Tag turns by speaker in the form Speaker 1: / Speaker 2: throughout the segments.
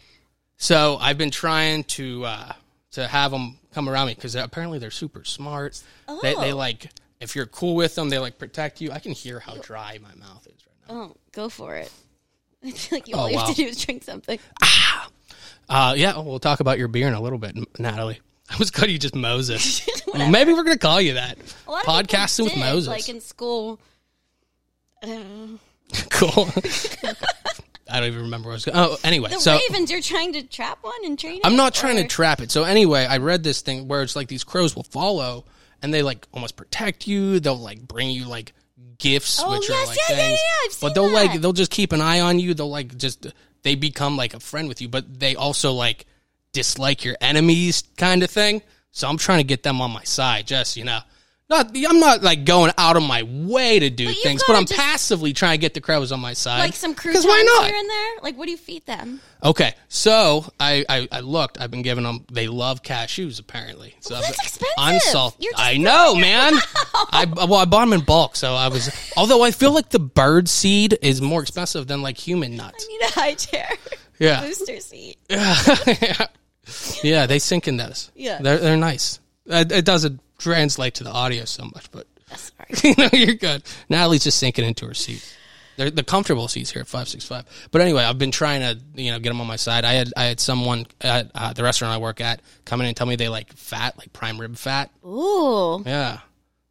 Speaker 1: so I've been trying to uh, to have them come around me because apparently they're super smart. They, they
Speaker 2: Oh.
Speaker 1: like if you're cool with them, they like protect you. I can hear how dry my mouth is right now.
Speaker 2: Oh, go for it. I feel like you, all you have
Speaker 1: Oh, wow.
Speaker 2: to do is drink something.
Speaker 1: Uh, yeah, we'll talk about your beer in a little bit, Natalie. I was glad you just Moses. Maybe we're gonna call you that.
Speaker 2: A lot of people
Speaker 1: Podcasting with
Speaker 2: did,
Speaker 1: Moses.
Speaker 2: like in school. Uh, I don't know.
Speaker 1: cool. I don't even remember what I was going. Oh, anyway,
Speaker 2: The
Speaker 1: so
Speaker 2: Ravens, you're trying to trap one and train.
Speaker 1: I'm
Speaker 2: it,
Speaker 1: not trying to
Speaker 2: or-
Speaker 1: trap it. So anyway, I read this thing where it's like these crows will follow and they like almost protect you. They'll like bring you like gifts,
Speaker 2: Oh,
Speaker 1: which
Speaker 2: yes,
Speaker 1: are like
Speaker 2: yeah, yeah,
Speaker 1: things.
Speaker 2: yeah,
Speaker 1: but
Speaker 2: I've seen
Speaker 1: they'll like
Speaker 2: that.
Speaker 1: they'll just keep an eye on you. They'll like just they become like a friend with you, but they also like dislike your enemies kind of thing. So I'm trying to get them on my side, just you know. Not I'm not like going out of my way to do
Speaker 2: But you've
Speaker 1: things, but
Speaker 2: gotta
Speaker 1: I'm
Speaker 2: just-
Speaker 1: passively trying to get the crows on my side.
Speaker 2: like some
Speaker 1: 'Cause
Speaker 2: croutons
Speaker 1: why not?
Speaker 2: here and there. Like, what do you feed them?
Speaker 1: Okay, so I, I I looked. I've been giving them. They love cashews apparently. So
Speaker 2: Well, that's
Speaker 1: I've-
Speaker 2: expensive.
Speaker 1: Unsalt.
Speaker 2: You're just
Speaker 1: I know, man. I well, I bought them in bulk, so I was. Although I feel like the bird seed is more expensive than like human nuts.
Speaker 2: You need a high chair,
Speaker 1: Yeah,
Speaker 2: booster seat.
Speaker 1: yeah, they sink in those.
Speaker 2: Yeah.
Speaker 1: they're they're nice. Uh, It, it doesn't translate to the audio so much, but
Speaker 2: Sorry.
Speaker 1: you know you're good. Natalie's just sinking into her seat. They're the comfortable seats here at five six five. But anyway, I've been trying to you know get them on my side. I had I had someone at uh, the restaurant I work at come in and tell me they like fat, like prime rib fat.
Speaker 2: Ooh,
Speaker 1: Yeah.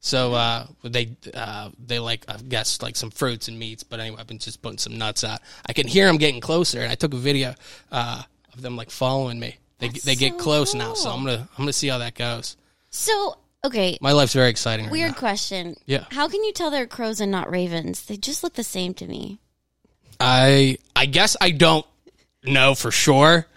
Speaker 1: So uh, they uh, they like I guess like some fruits and meats. But anyway, I've been just putting some nuts out. I can hear them getting closer, and I took a video uh, of them like following me. They they get
Speaker 2: so
Speaker 1: close now, so
Speaker 2: cool.
Speaker 1: I'm gonna I'm gonna see how that goes.
Speaker 2: so okay.
Speaker 1: My life's very exciting. Right
Speaker 2: Weird
Speaker 1: now.
Speaker 2: question.
Speaker 1: Yeah.
Speaker 2: How can you tell they're crows and not ravens? They just look the same to me.
Speaker 1: I I guess I don't know for sure.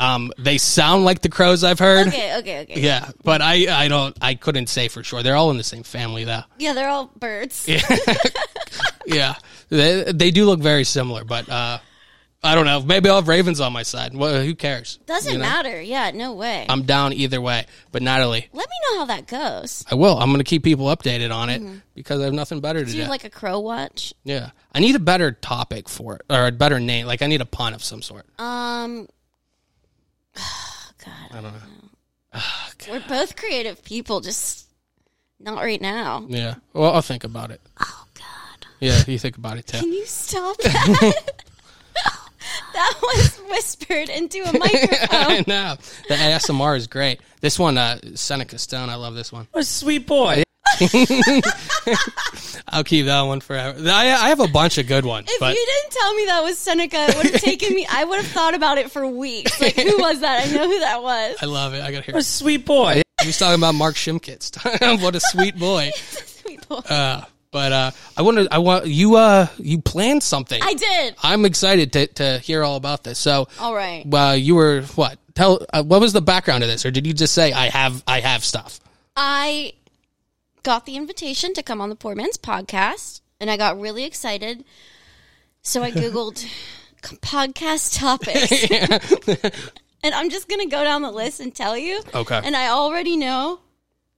Speaker 1: Um, they sound like the crows I've heard.
Speaker 2: Okay, okay, okay.
Speaker 1: Yeah, but I I don't I couldn't say for sure. They're all in the same family though.
Speaker 2: Yeah, they're all birds.
Speaker 1: Yeah, they they do look very similar, but uh, I don't know. Maybe I'll have ravens on my side. Well, who cares?
Speaker 2: Doesn't
Speaker 1: You know? Um,
Speaker 2: matter. Yeah, no way.
Speaker 1: I'm down either way. But Natalie,
Speaker 2: Let me know how that goes.
Speaker 1: I will. I'm gonna keep people updated on it because I have nothing better to
Speaker 2: Do
Speaker 1: do.
Speaker 2: Mm-hmm. you like a crow watch?
Speaker 1: yeah, I need a better topic for it or a better name. Like I need a pun of some sort.
Speaker 2: Um. God, I don't know.
Speaker 1: Oh,
Speaker 2: We're both creative people, just not right now.
Speaker 1: Yeah. Well, I'll think about it. Oh God. Yeah, you think about it too.
Speaker 2: Can you stop that? that was whispered into a microphone.
Speaker 1: I know the ASMR is great. This one, uh, Seneca Stone. I love this one.
Speaker 3: a sweet boy.
Speaker 1: I'll keep that one forever. I, I have a bunch of good ones,
Speaker 2: If
Speaker 1: but
Speaker 2: you didn't tell me that was Seneca, it would have taken me. I would have thought about it for weeks. Like, who was that? I know who that was.
Speaker 1: I love it. I got to hear.
Speaker 3: A
Speaker 1: It.
Speaker 3: sweet boy.
Speaker 1: He was talking about Mark Shimkitz. what a sweet boy.
Speaker 2: Sweet boy.
Speaker 1: Uh, but uh, I wonder. I want you. Uh, you planned something.
Speaker 2: I did.
Speaker 1: I'm excited to to hear all about this. So,
Speaker 2: All right.
Speaker 1: well, you were what? Tell uh, what was the background of this, or did you just say I have I have stuff?
Speaker 2: I got the invitation to come on the Poor Man's podcast, and I got really excited. So I Googled podcast topics. and I'm just going to go down the list and tell you.
Speaker 1: Okay.
Speaker 2: And I already know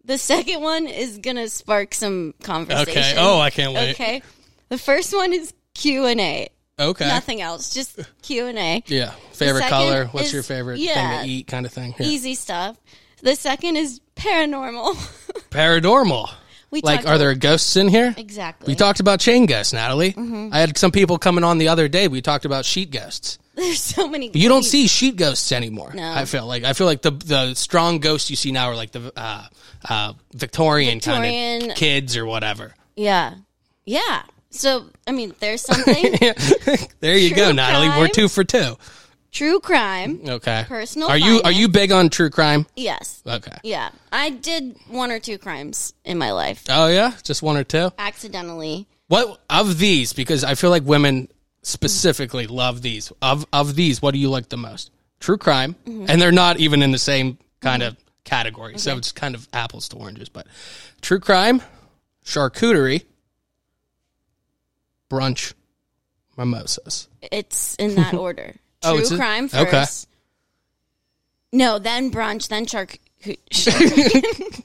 Speaker 2: the second one is going to spark some conversation.
Speaker 1: Okay. Oh, I can't wait.
Speaker 2: Okay. The first one is Q&A.
Speaker 1: Okay.
Speaker 2: Nothing else, just Q&A.
Speaker 1: Yeah. Favorite
Speaker 2: second
Speaker 1: color. What's
Speaker 2: is-
Speaker 1: your favorite
Speaker 2: yeah.
Speaker 1: thing to eat? Kind of thing. Yeah.
Speaker 2: Easy stuff. The second is paranormal.
Speaker 1: Paranormal.
Speaker 2: We
Speaker 1: Like,
Speaker 2: talked
Speaker 1: are there ghosts in here?
Speaker 2: Exactly. Mm-hmm.
Speaker 1: We talked about chain ghosts, Natalie. I had some people coming on the other day. We talked about sheet ghosts.
Speaker 2: There's so many.
Speaker 1: You don't see sheet ghosts anymore.
Speaker 2: No.
Speaker 1: I feel like I feel like the the strong ghosts you see now are like the uh, uh, Victorian, kind of
Speaker 2: Victorian-
Speaker 1: kids or whatever.
Speaker 2: Yeah. Yeah. So, I mean, there's something
Speaker 1: There you go,
Speaker 2: True
Speaker 1: Natalie. We're
Speaker 2: crime.
Speaker 1: two for two.
Speaker 2: true crime.
Speaker 1: Okay.
Speaker 2: Personal
Speaker 1: Are you are you big on true crime?
Speaker 2: Yes.
Speaker 1: Okay.
Speaker 2: Yeah. I did one or two crimes in my life
Speaker 1: Oh yeah, just one or two.
Speaker 2: accidentally.
Speaker 1: What of these? Because I feel like women specifically love these. Of of these, what do you like the most? True crime, and they're not even in the same kind of category, so it's kind of apples to oranges. But true crime, charcuterie, brunch, mimosas.
Speaker 2: It's in that order. True
Speaker 1: Oh, it's a-
Speaker 2: crime
Speaker 1: okay.
Speaker 2: first. No, then brunch, then shark.
Speaker 1: Charcuterie.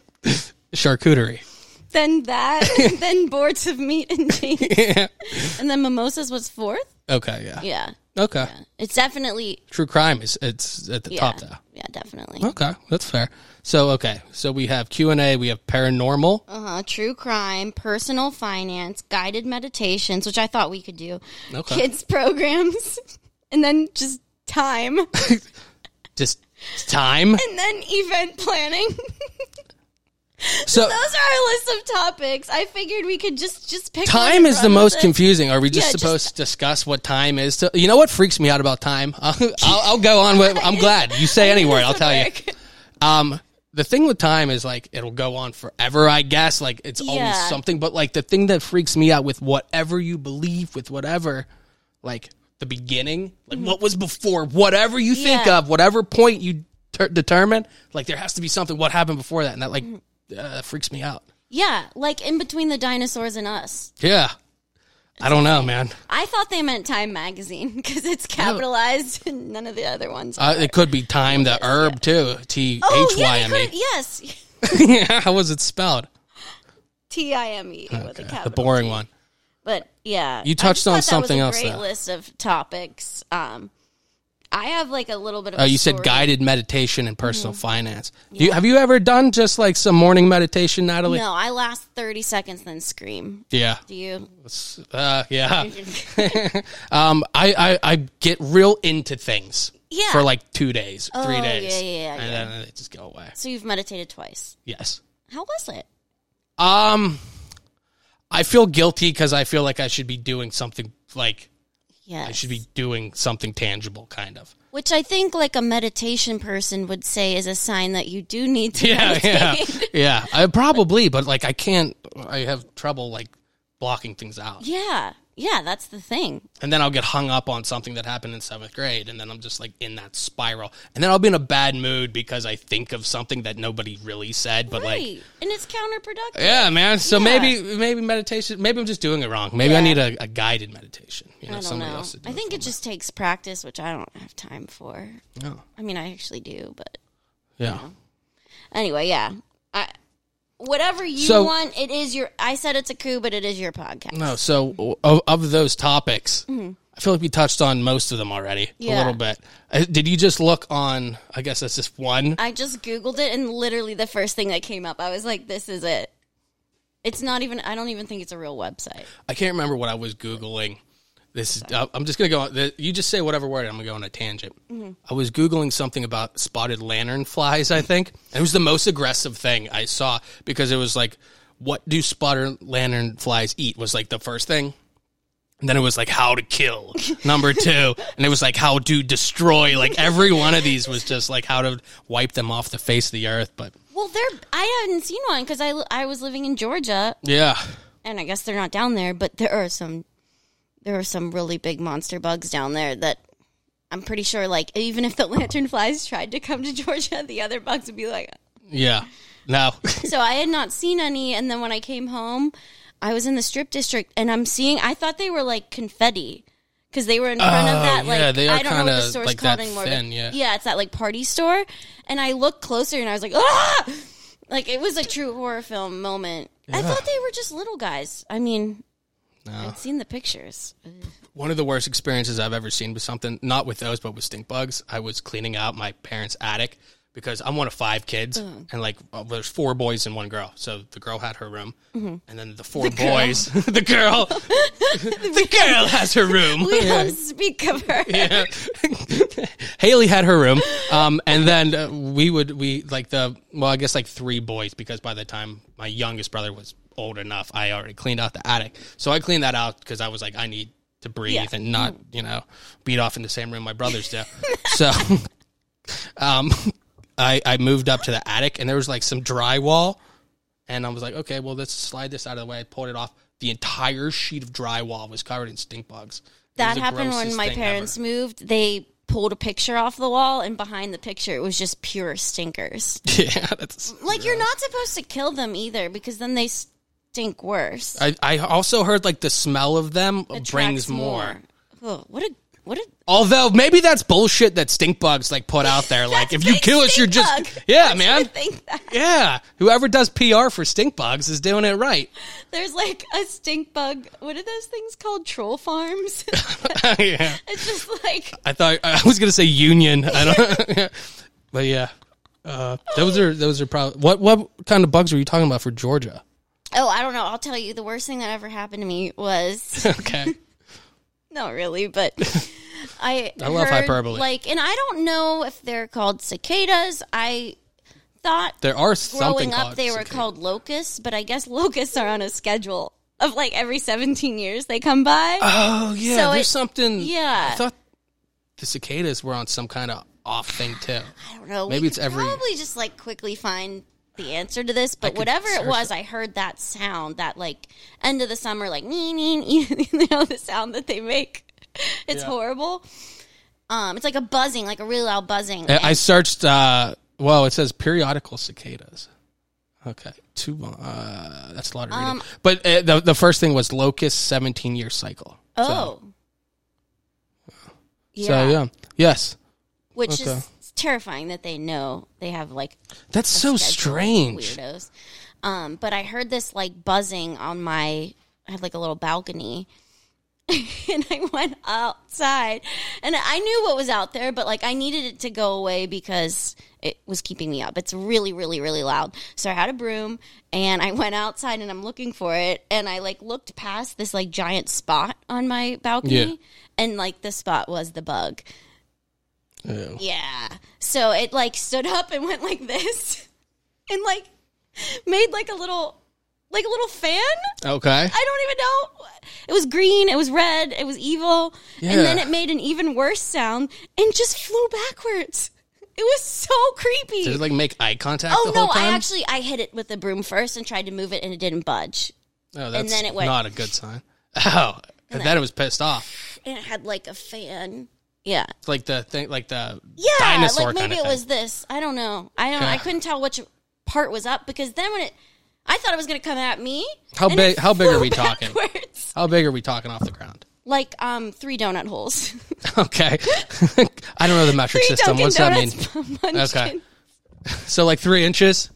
Speaker 2: then that, then boards of meat and cheese,
Speaker 1: yeah.
Speaker 2: and then mimosas was fourth.
Speaker 1: Okay. Yeah.
Speaker 2: Yeah,
Speaker 1: Okay.
Speaker 2: it's definitely
Speaker 1: True crime is it's at the
Speaker 2: yeah,
Speaker 1: top there.
Speaker 2: yeah, definitely.
Speaker 1: Okay, that's fair. So okay, so we have Q and A, we have paranormal.
Speaker 2: Uh huh. True crime, personal finance, guided meditations, which I thought we could do,
Speaker 1: Okay.
Speaker 2: kids programs, and then just time, and
Speaker 1: Just time.
Speaker 2: then event planning.
Speaker 1: So
Speaker 2: Those are our list of topics. I figured we could just just pick. one
Speaker 1: time
Speaker 2: and
Speaker 1: is
Speaker 2: run
Speaker 1: the
Speaker 2: with
Speaker 1: most
Speaker 2: it.
Speaker 1: confusing. Are we just
Speaker 2: Yeah, just-
Speaker 1: supposed to discuss what time is? To, you know what freaks me out about time? I'll, I'll, I'll go on. With, I'm glad you say any word. I'll tell you.
Speaker 2: Work.
Speaker 1: Um, the thing with time is like it'll go on forever. I guess like it's always
Speaker 2: Yeah.
Speaker 1: something. But like the thing that freaks me out with whatever you believe, with whatever, like the beginning, like what was before, whatever you think
Speaker 2: Mm-hmm. Yeah.
Speaker 1: of, whatever point you ter- determine, like there has to be something. What happened before that, and that like
Speaker 2: Mm.
Speaker 1: uh, freaks me out.
Speaker 2: Yeah, like in between the dinosaurs and us.
Speaker 1: Yeah, I don't know, man.
Speaker 2: I thought they meant Time Magazine because it's capitalized and none of the other ones.
Speaker 1: Uh, it could be time the herb too. T H
Speaker 2: oh yeah,
Speaker 1: Y
Speaker 2: they
Speaker 1: M
Speaker 2: could-
Speaker 1: E.
Speaker 2: yes,
Speaker 1: Yeah, how was it spelled?
Speaker 2: T I M E with a
Speaker 1: The
Speaker 2: capital.
Speaker 1: boring one.
Speaker 2: But yeah,
Speaker 1: You
Speaker 2: I
Speaker 1: touched
Speaker 2: just
Speaker 1: on
Speaker 2: thought that was
Speaker 1: something
Speaker 2: a
Speaker 1: else,
Speaker 2: Great
Speaker 1: though.
Speaker 2: list of topics. Um, I have like a little bit of.
Speaker 1: Oh,
Speaker 2: a
Speaker 1: you said
Speaker 2: story. Mm-hmm.
Speaker 1: guided meditation and personal finance. Do you, have you ever done just like some morning meditation, Natalie?
Speaker 2: No, I last thirty seconds, then scream.
Speaker 1: Yeah.
Speaker 2: Do you?
Speaker 1: Uh, yeah. um, I, I, I get real into things
Speaker 2: Yeah.
Speaker 1: for like two days, three
Speaker 2: Oh,
Speaker 1: days.
Speaker 2: yeah, yeah, yeah,
Speaker 1: And
Speaker 2: yeah.
Speaker 1: then they just go away.
Speaker 2: So you've meditated twice.
Speaker 1: Yes.
Speaker 2: How was it?
Speaker 1: Um, I feel guilty because I feel like I should be doing something like
Speaker 2: Yes.
Speaker 1: I should be doing something tangible, kind of.
Speaker 2: Which I think, like a meditation person would say, is a sign that you do need to
Speaker 1: Yeah, yeah,
Speaker 2: meditate.
Speaker 1: yeah. I probably, but like I can't. I have trouble like blocking things out.
Speaker 2: Yeah. Yeah, that's the thing.
Speaker 1: and then I'll get hung up on something that happened in seventh grade, and then I'm just like in that spiral, and then I'll be in a bad mood because I think of something that nobody really said, but
Speaker 2: right.
Speaker 1: like,
Speaker 2: and it's counterproductive.
Speaker 1: yeah, man. So
Speaker 2: Yeah.
Speaker 1: maybe maybe meditation. Maybe I'm just doing it wrong. Maybe I
Speaker 2: Yeah.
Speaker 1: need a, a guided meditation. You know,
Speaker 2: I don't
Speaker 1: somebody
Speaker 2: know.
Speaker 1: else to do
Speaker 2: I think it just takes practice, which I don't have time for.
Speaker 1: it. No.
Speaker 2: I mean, I actually do, but
Speaker 1: Yeah.
Speaker 2: anyway, yeah. I, whatever you
Speaker 1: So-
Speaker 2: want, it is your. I said it's a coup, but it is your podcast.
Speaker 1: No. So of, of those topics, I feel like we touched on most of them already a
Speaker 2: Yeah.
Speaker 1: little bit. Uh, Did you just look on? I guess that's just one.
Speaker 2: I just Googled it, and literally the first thing that came up, I was like, this is it. It's not even, I don't even think it's a real website.
Speaker 1: I can't remember what I was googling. This is, I- I'm just gonna go. on- the- You just say whatever word. and I'm gonna go on a tangent. I was googling something about spotted lantern flies. I think it was the most aggressive thing I saw because it was like, what do spotted lantern flies eat? Was like the first thing. And then it was like how to kill number two, and it was like how to destroy. Like every one of these was just like how to wipe them off the face of the earth. But
Speaker 2: Well, they're, I haven't seen one because I, I was living in Georgia
Speaker 1: yeah,
Speaker 2: and I guess they're not down there, but there are some there are some really big monster bugs down there that I'm pretty sure like even if the lantern flies tried to come to Georgia, the other bugs would be like
Speaker 1: yeah, no,
Speaker 2: So I had not seen any and then when I came home, I was in the strip district and I'm seeing I thought they were like confetti because they were in front
Speaker 1: Oh,
Speaker 2: of that like
Speaker 1: yeah, they are
Speaker 2: I don't know what the
Speaker 1: kinda
Speaker 2: store's
Speaker 1: like
Speaker 2: called
Speaker 1: that
Speaker 2: anymore.
Speaker 1: thin,
Speaker 2: but
Speaker 1: yeah.
Speaker 2: it's that like party store and I looked closer and I was like ah like it was a true horror film moment. I thought they were just little guys. I mean, I'd seen the pictures.
Speaker 1: one of the worst experiences I've ever seen with something, not with those, but with stink bugs. I was cleaning out my parents' attic because I'm one of five kids, and like uh, there's four boys and one girl. So the girl had her room, and then Mm-hmm. the four boys, the girl, the girl has her room.
Speaker 2: We don't speak of her.
Speaker 1: Yeah. Haley had her room, um, and then uh, we would we like the well, I guess like three boys because by the time my youngest brother was old enough, I already cleaned out the attic. So I cleaned that out because I was like, I need to breathe
Speaker 2: Yeah.
Speaker 1: and not you know beat off in the same room my brothers do. so, um, I I moved up to the attic and there was like some drywall, and I was like, okay, well let's slide this out of the way. I pulled it off. The entire sheet of drywall was covered in stink bugs. It was
Speaker 2: That
Speaker 1: the
Speaker 2: happened when
Speaker 1: grossest
Speaker 2: my
Speaker 1: thing ever.
Speaker 2: parents moved. They pulled a picture off the wall, and behind the picture, it was just pure stinkers.
Speaker 1: Yeah, that's.
Speaker 2: like you're not supposed to kill them either, because then they stink worse.
Speaker 1: I, I also heard like the smell of them brings
Speaker 2: Attracts
Speaker 1: more.
Speaker 2: Ugh, what a What a
Speaker 1: Although maybe that's bullshit that stink bugs like put out there. Like if you
Speaker 2: big
Speaker 1: kill us,
Speaker 2: stink
Speaker 1: you're just
Speaker 2: bug.
Speaker 1: yeah,
Speaker 2: I
Speaker 1: man.
Speaker 2: think that.
Speaker 1: Yeah, whoever does PR for stink bugs is doing it right.
Speaker 2: There's like a stink bug. What are those things called? Troll farms.
Speaker 1: yeah.
Speaker 2: it's just like
Speaker 1: I thought I was gonna say union. I don't. but yeah, uh, those are those are probably what what kind of bugs were you talking about for Georgia?
Speaker 2: oh, I don't know. I'll tell you. The worst thing that ever happened to me was
Speaker 1: Okay,
Speaker 2: not really, but I
Speaker 1: I love
Speaker 2: heard,
Speaker 1: hyperbole.
Speaker 2: Like, and I don't know if they're called cicadas. I thought
Speaker 1: there are something
Speaker 2: growing up
Speaker 1: called
Speaker 2: they were
Speaker 1: cicada.
Speaker 2: called locusts, but I guess locusts are on a schedule of like every 17 years they come by.
Speaker 1: Oh yeah,
Speaker 2: So
Speaker 1: there's
Speaker 2: it-
Speaker 1: something.
Speaker 2: yeah.
Speaker 1: I thought the cicadas were on some kind of off thing too.
Speaker 2: I don't know.
Speaker 1: Maybe
Speaker 2: we
Speaker 1: it's
Speaker 2: could
Speaker 1: every-
Speaker 2: probably just like quickly find the answer to this, but
Speaker 1: could
Speaker 2: whatever it
Speaker 1: search
Speaker 2: was, I heard that sound, that like end of the summer, like nee nee, nee you know the sound that they make. It's
Speaker 1: Yeah.
Speaker 2: horrible. Um, it's like a buzzing, like a really loud buzzing.
Speaker 1: I- I searched. Uh, well, it says periodical cicadas. Okay, two. mo- Uh, that's a lot of reading.
Speaker 2: Um,
Speaker 1: but uh, the the first thing was locust seventeen year cycle.
Speaker 2: oh,
Speaker 1: so,
Speaker 2: yeah.
Speaker 1: so yeah, yes,
Speaker 2: which
Speaker 1: okay.
Speaker 2: is it's terrifying that they know they have like
Speaker 1: that's so
Speaker 2: schedule,
Speaker 1: strange.
Speaker 2: weirdos. Um, but I heard this like buzzing on my. I had like a little balcony, and I went outside, and I knew what was out there, but like I needed it to go away because it was keeping me up. It's really, really, really loud. So I had a broom, and I went outside, and I'm looking for it, and I like looked past this like giant spot on my balcony,
Speaker 1: Yeah.
Speaker 2: and like the spot was the bug.
Speaker 1: Ew.
Speaker 2: Yeah. So it like stood up and went like this and like made like a little like a little fan.
Speaker 1: Okay.
Speaker 2: I don't even know. It was green, it was red, it was evil. And then
Speaker 1: Yeah.
Speaker 2: it made an even worse sound and just flew backwards. It was so creepy.
Speaker 1: Did it like make eye contact?
Speaker 2: oh
Speaker 1: the
Speaker 2: no,
Speaker 1: whole time?
Speaker 2: I actually I hit it with the broom first and tried to move it and it didn't budge.
Speaker 1: Oh, that's
Speaker 2: then it went-
Speaker 1: not a good sign. Oh, and then it was pissed off.
Speaker 2: And it had like a fan. Yeah.
Speaker 1: It's like the thing, like the
Speaker 2: Yeah,
Speaker 1: dinosaur
Speaker 2: like maybe
Speaker 1: kind of
Speaker 2: it
Speaker 1: thing.
Speaker 2: was this. I don't know. I don't. I
Speaker 1: Yeah.
Speaker 2: couldn't tell which part was up because then when it, I thought it was going to come at me.
Speaker 1: How
Speaker 2: and
Speaker 1: big-
Speaker 2: it
Speaker 1: how big are
Speaker 2: flew
Speaker 1: we talking?
Speaker 2: backwards.
Speaker 1: How big are we talking off the ground?
Speaker 2: Like um, three donut holes.
Speaker 1: Okay, I don't know the metric
Speaker 2: three
Speaker 1: system.
Speaker 2: Dunkin'
Speaker 1: What's that mean?
Speaker 2: Donuts munchkin.
Speaker 1: Okay. So like three inches.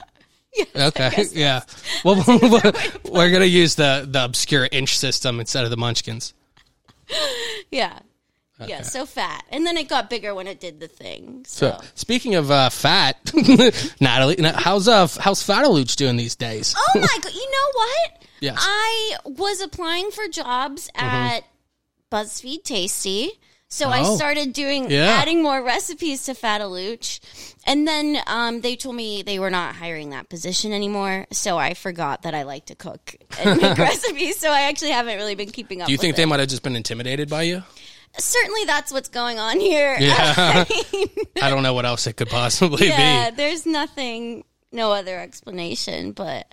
Speaker 1: okay. Yeah. Well, we're gonna use the the obscure inch system instead of the Munchkins.
Speaker 2: Yeah. Yeah. So fat, and then it got bigger when it did the thing. So,
Speaker 1: So speaking of uh, fat, Natalie, na- how's uh how's Fatalooch doing these days?
Speaker 2: oh my god! You know what?
Speaker 1: Yes.
Speaker 2: I was applying for jobs
Speaker 1: Mm-hmm.
Speaker 2: at BuzzFeed Tasty. So I
Speaker 1: Oh.
Speaker 2: started doing
Speaker 1: Yeah.
Speaker 2: adding more recipes to Fatalooch, and then um, they told me they were not hiring that position anymore. So I forgot that I like to cook and make recipes. So I actually haven't really been keeping up.
Speaker 1: Do you think
Speaker 2: with
Speaker 1: they might have just been intimidated by you?
Speaker 2: it. certainly that's what's going on here?
Speaker 1: Yeah. I don't know what else it could possibly
Speaker 2: yeah,
Speaker 1: be.
Speaker 2: there's nothing, no other explanation. But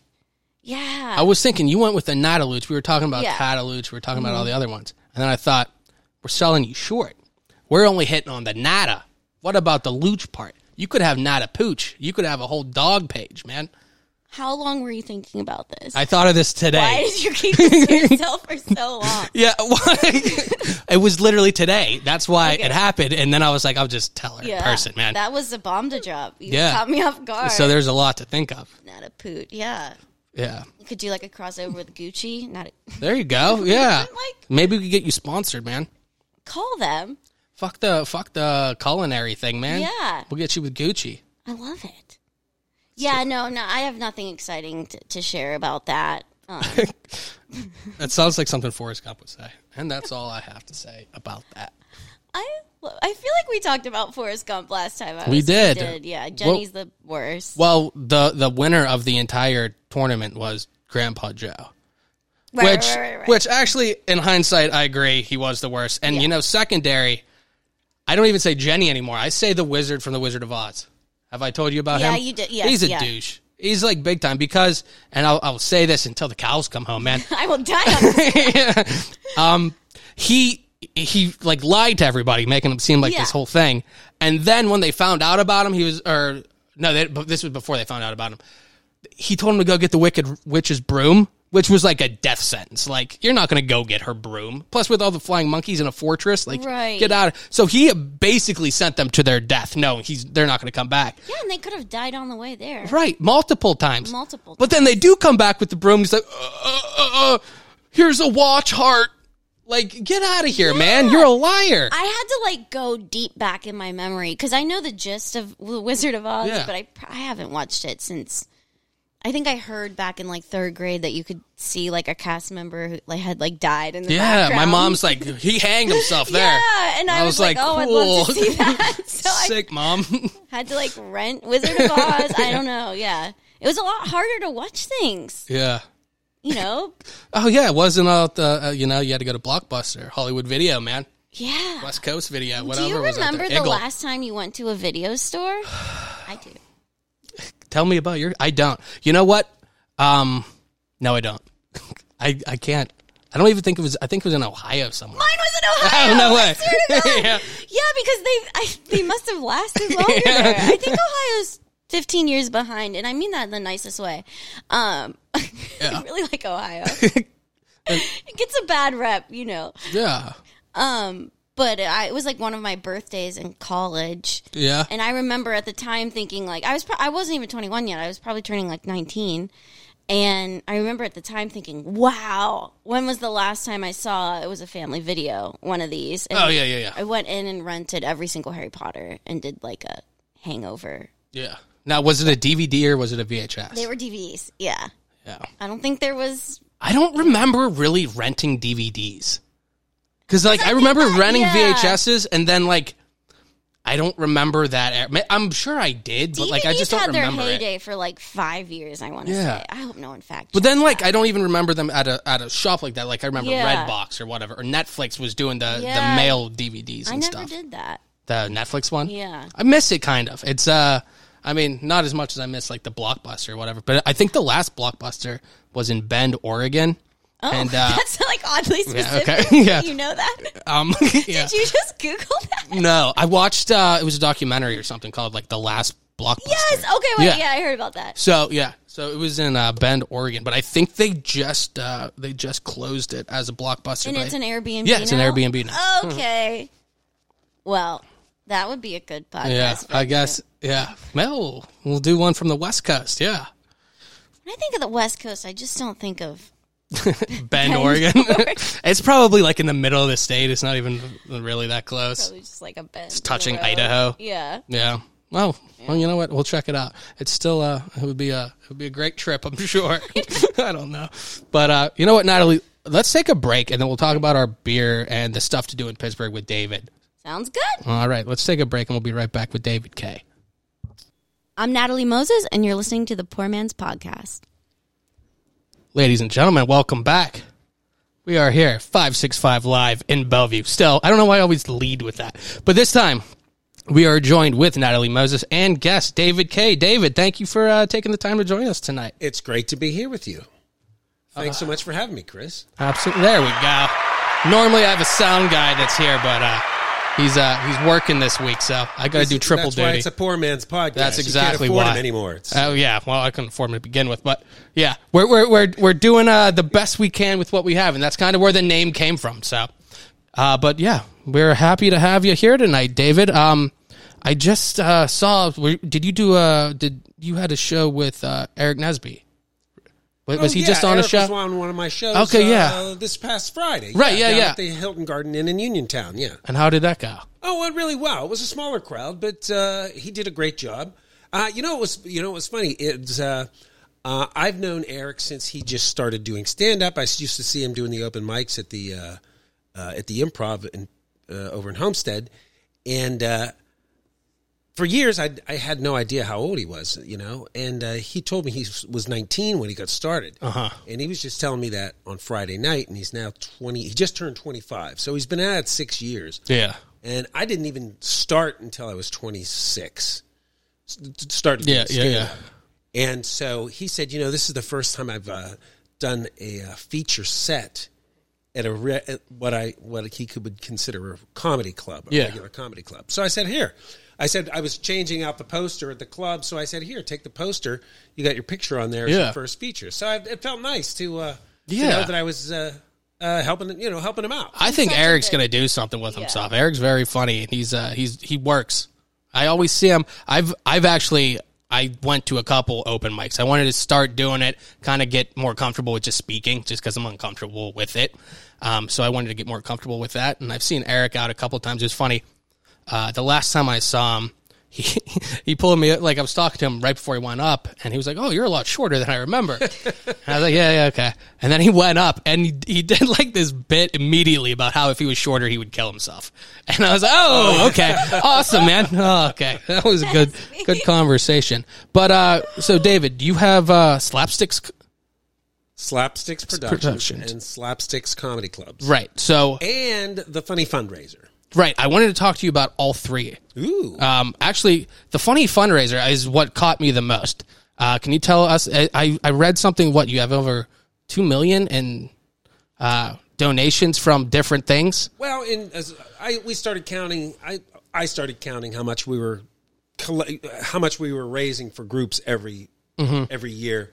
Speaker 2: yeah,
Speaker 1: I was thinking you went with the Natalooch. We were talking about
Speaker 2: Yeah. Mm-hmm.
Speaker 1: yeah. We were talking about all the other ones, and then I thought we're selling you short. We're only hitting on the Nata. What about the Looch part? You could have Nata Pooch. You could have a whole dog page, man.
Speaker 2: how long were you thinking about this?
Speaker 1: I thought of this today.
Speaker 2: Why did you keep this to yourself for so long?
Speaker 1: Yeah, why? it was literally today. That's why
Speaker 2: Okay.
Speaker 1: it happened. And then I was like, I'll just tell her
Speaker 2: Yeah,
Speaker 1: in person, man.
Speaker 2: That was a bomb to drop. You
Speaker 1: Yeah.
Speaker 2: caught me off guard.
Speaker 1: so there's a lot to think of.
Speaker 2: not a poot. Yeah,
Speaker 1: Yeah,
Speaker 2: you could do like a crossover with Gucci. Not a,
Speaker 1: there you go. Yeah,
Speaker 2: Like-
Speaker 1: maybe we could get you sponsored, man.
Speaker 2: call them.
Speaker 1: Fuck the fuck the culinary thing, man.
Speaker 2: Yeah.
Speaker 1: we'll get you with Gucci.
Speaker 2: I love it. Yeah, no, no, I have nothing exciting to, to share about that. Um,
Speaker 1: That sounds like something Forrest Gump would say. And that's all I have to say about that.
Speaker 2: I lo- I feel like we talked about Forrest Gump last time. I
Speaker 1: We
Speaker 2: was-
Speaker 1: did.
Speaker 2: yeah.
Speaker 1: Well-
Speaker 2: Jenny's the worst,
Speaker 1: Well, the the winner of the entire tournament was Grandpa Joe.
Speaker 2: Right,
Speaker 1: which
Speaker 2: right, right, right.
Speaker 1: which actually in hindsight I agree he was the worst. And you know secondary I don't even say Jenny anymore. I say the wizard from the Wizard of Oz. Have I told you about
Speaker 2: Yeah,
Speaker 1: him?
Speaker 2: you did. Yes,
Speaker 1: He's a
Speaker 2: yeah.
Speaker 1: douche. He's like big time because and I'll, I'll say this until the cows come home, man.
Speaker 2: I will die. On this.
Speaker 1: he he like lied to everybody, making them seem like
Speaker 2: Yeah.
Speaker 1: this whole thing. And then when they found out about him, he was or no, they, but this was before they found out about him. He told him to go get the wicked witch's broom which was like a death sentence. Like you're not going to go get her broom. Plus, with all the flying monkeys in a fortress, like
Speaker 2: Right.
Speaker 1: get out. So he basically sent them to their death. No, he's they're not going to come back.
Speaker 2: Yeah, and they could have died on the way there.
Speaker 1: Right, multiple times.
Speaker 2: Multiple
Speaker 1: But then they do come back with the broom. He's like, uh, uh, uh, uh, "Here's a watch, heart. Like get out of here, man. You're a liar."
Speaker 2: I had to like go deep back in my memory because I know the gist of The Wizard of Oz,
Speaker 1: Yeah.
Speaker 2: but I pr- I haven't watched it since. I think I heard back in like third grade that you could see like a cast member who like had like died in the
Speaker 1: yeah, my
Speaker 2: background.
Speaker 1: mom's like, he hanged himself there.
Speaker 2: Yeah, and I, was, like, oh, I'd love to
Speaker 1: cool.
Speaker 2: see that. So I
Speaker 1: Sick, mom.
Speaker 2: had to like rent Wizard of Oz. I don't know. Yeah, it was a lot harder to watch things.
Speaker 1: yeah.
Speaker 2: You know.
Speaker 1: Oh yeah, it wasn't out. Uh, uh, you know, you had to go to Blockbuster, Hollywood Video, man,
Speaker 2: Yeah.
Speaker 1: West Coast Video,
Speaker 2: Do
Speaker 1: whatever.
Speaker 2: you
Speaker 1: was out
Speaker 2: remember
Speaker 1: there.
Speaker 2: the
Speaker 1: Eagle,
Speaker 2: last time you went to a video store? I do.
Speaker 1: Tell me about your. I don't. You know what? Um, no, I don't. I I can't. I don't even think it was. I think it was in Ohio somewhere.
Speaker 2: Mine was in Ohio.
Speaker 1: Oh, no way.
Speaker 2: yeah.
Speaker 1: Yeah.
Speaker 2: because they I, they must have lasted longer. there. I think Ohio's 15 years behind, and I mean that in the nicest way. Um, I really like Ohio. it gets a bad rep, you know.
Speaker 1: Yeah,
Speaker 2: Um, but I, it was like one of my birthdays in college.
Speaker 1: yeah.
Speaker 2: And I remember at the time thinking like I was pro- I wasn't even 21 yet. I was probably turning like 19. And I remember at the time thinking, "Wow, when was the last time I saw it was a family video, one of these?" And
Speaker 1: Oh, yeah, yeah, yeah.
Speaker 2: I went in and rented every single Harry Potter and did like a hangover.
Speaker 1: yeah. Now, was it a DVD or was it a VHS?
Speaker 2: They were DVDs. Yeah.
Speaker 1: yeah.
Speaker 2: I don't think there was
Speaker 1: I don't remember really renting DVDs. Cause like I remember
Speaker 2: that-
Speaker 1: renting
Speaker 2: yeah.
Speaker 1: VHSs and then like I don't remember that. e- I'm sure I did, but
Speaker 2: DVDs
Speaker 1: like I just don't
Speaker 2: had their
Speaker 1: remember it.
Speaker 2: heyday for like 5 years, I want to
Speaker 1: Yeah.
Speaker 2: say. I hope no one fact.
Speaker 1: But then like I don't even remember them at a at a shop like that. Like I remember
Speaker 2: Yeah.
Speaker 1: Redbox or whatever or Netflix was doing the
Speaker 2: Yeah.
Speaker 1: the mail DVDs and
Speaker 2: I never
Speaker 1: stuff.
Speaker 2: did that.
Speaker 1: The Netflix one.
Speaker 2: Yeah.
Speaker 1: I miss it kind of. It's uh I mean not as much as I miss like the Blockbuster or whatever, but I think the last Blockbuster was in Bend, Oregon.
Speaker 2: Oh,
Speaker 1: and uh
Speaker 2: that's like oddly specific.
Speaker 1: okay, yeah.
Speaker 2: You know that?
Speaker 1: um yeah.
Speaker 2: Did you just Google that?
Speaker 1: No, I watched. uh It was a documentary or something called like the last blockbuster.
Speaker 2: Yes. Okay. Wait. Yeah.
Speaker 1: Yeah.
Speaker 2: I heard about that.
Speaker 1: So yeah, so it was in uh, Bend, Oregon, but I think they just uh they just closed it as a blockbuster.
Speaker 2: And
Speaker 1: but
Speaker 2: it's an Airbnb.
Speaker 1: yeah, it's an
Speaker 2: now?
Speaker 1: Airbnb now. Mm-hmm.
Speaker 2: Okay. well, that would be a good podcast.
Speaker 1: yeah,
Speaker 2: for
Speaker 1: I
Speaker 2: you.
Speaker 1: guess. Yeah, well, we'll do one from the West Coast. Yeah,
Speaker 2: When I think of the West Coast, I just don't think of.
Speaker 1: Bend, Oregon. it's probably like in the middle of the state. It's not even really that close.
Speaker 2: Probably just like a bend. in the
Speaker 1: touching
Speaker 2: road.
Speaker 1: Idaho.
Speaker 2: Yeah.
Speaker 1: Yeah. Well, well, you know what? We'll check it out. It's still uh, it would be a it would be a great trip, I'm sure. I don't know, but uh, you know what, Natalie? Let's take a break, and then we'll talk about our beer and the stuff to do in Pittsburgh with David.
Speaker 2: Sounds good.
Speaker 1: All right, let's take a break, and we'll be right back with David K.
Speaker 2: I'm Natalie Moses, and you're listening to the Poor Man's Podcast.
Speaker 1: Ladies and gentlemen, welcome back. We are here, 565 Live in Bellevue. Still, I don't know why I always lead with that. But this time, we are joined with Natalie Moses and guest David K. David, thank you for uh, taking the time to join us tonight.
Speaker 3: It's great to be here with you. Thanks so much for having me, Chris.
Speaker 1: Absolutely. There we go. Normally I have a sound guy that's here, but uh, he's uh, he's working this week, so I got to do triple
Speaker 3: That's why
Speaker 1: duty.
Speaker 3: it's a poor man's podcast.
Speaker 1: that's exactly
Speaker 3: you can't afford
Speaker 1: why.
Speaker 3: them anymore. It's,
Speaker 1: Oh yeah, well I couldn't afford them to begin with, but yeah, we're we're we're we're doing uh, the best we can with what we have, and that's kind of where the name came from. So, uh, but yeah, we're happy to have you here tonight, David. Um, I just uh, saw. were- Did you do a? Did you had a show with uh, Eric Nesby? Was, was
Speaker 3: Oh,
Speaker 1: he
Speaker 3: yeah,
Speaker 1: just on
Speaker 3: Eric
Speaker 1: a show?
Speaker 3: Was on one of my shows.
Speaker 1: Okay,
Speaker 3: uh,
Speaker 1: yeah.
Speaker 3: This past Friday,
Speaker 1: Right, yeah,
Speaker 3: down
Speaker 1: yeah.
Speaker 3: At the Hilton Garden Inn in Uniontown, yeah.
Speaker 1: and how did that go?
Speaker 3: Oh, well, really well. It was a smaller crowd, but uh, he did a great job. Uh, you know, it was you know it was funny. It's uh, uh, I've known Eric since he just started doing stand up. I used to see him doing the open mics at the uh, uh, at the Improv in, uh, over in Homestead, and uh, for years I I had no idea how old he was. You know, and uh, he told me he was 19 when he got started, uh-huh. and he was just telling me that on Friday night, and he's now 20. He just turned 25, so he's been at it six years
Speaker 1: Yeah.
Speaker 3: and I didn't even start until I was 26. S- t- Started,
Speaker 1: Yeah,
Speaker 3: doing
Speaker 1: yeah, yeah.
Speaker 3: stand-up. And so he said, you know, this is the first time I've uh, done a uh, feature set at a re- at what I what he could would consider a comedy club, a
Speaker 1: Yeah.
Speaker 3: regular comedy club. So I said, "Here." I said I was changing out the poster at the club, so I said, "Here, take the poster. You got your picture on there as
Speaker 1: Yeah.
Speaker 3: your first feature." So I, it felt nice to, uh,
Speaker 1: Yeah.
Speaker 3: to know that I was uh, uh, helping, you know, helping him out.
Speaker 1: I think
Speaker 2: such a
Speaker 1: Eric's
Speaker 2: good-
Speaker 1: gonna do something with himself. Eric's very funny, and he's uh, he's he works. I always see him. I've I've actually I went to a couple open mics. I wanted to start doing it, kind of get more comfortable with just speaking, just because I'm uncomfortable with it. Um, so I wanted to get more comfortable with that, and I've seen Eric out a couple times. It was funny. Uh, the last time I saw him, he he pulled me up, like I was talking to him right before he went up, and he was like, "Oh, you're a lot shorter than I remember." and I was like, "Yeah, yeah, okay." And then he went up, and he, he did like this bit immediately about how if he was shorter, he would kill himself. And I was like, "Oh, okay, awesome, man. Oh, okay, that was a good good conversation." But uh, so David, do you have uh, slapsticks, c-
Speaker 3: Slapsticks Productions,
Speaker 1: Productions.
Speaker 3: and Slapsticks Comedy Clubs,
Speaker 1: right? So
Speaker 3: and the Funny Fundraiser.
Speaker 1: right, I wanted to talk to you about all three.
Speaker 3: Ooh,
Speaker 1: Um, actually, the funny fundraiser is what caught me the most. Uh, can you tell us? I, I, I read something. What you have over two million in uh, donations from different things.
Speaker 3: Well, in as I we started counting, I I started counting how much we were colle- how much we were raising for groups every
Speaker 1: Mm-hmm.
Speaker 3: every year,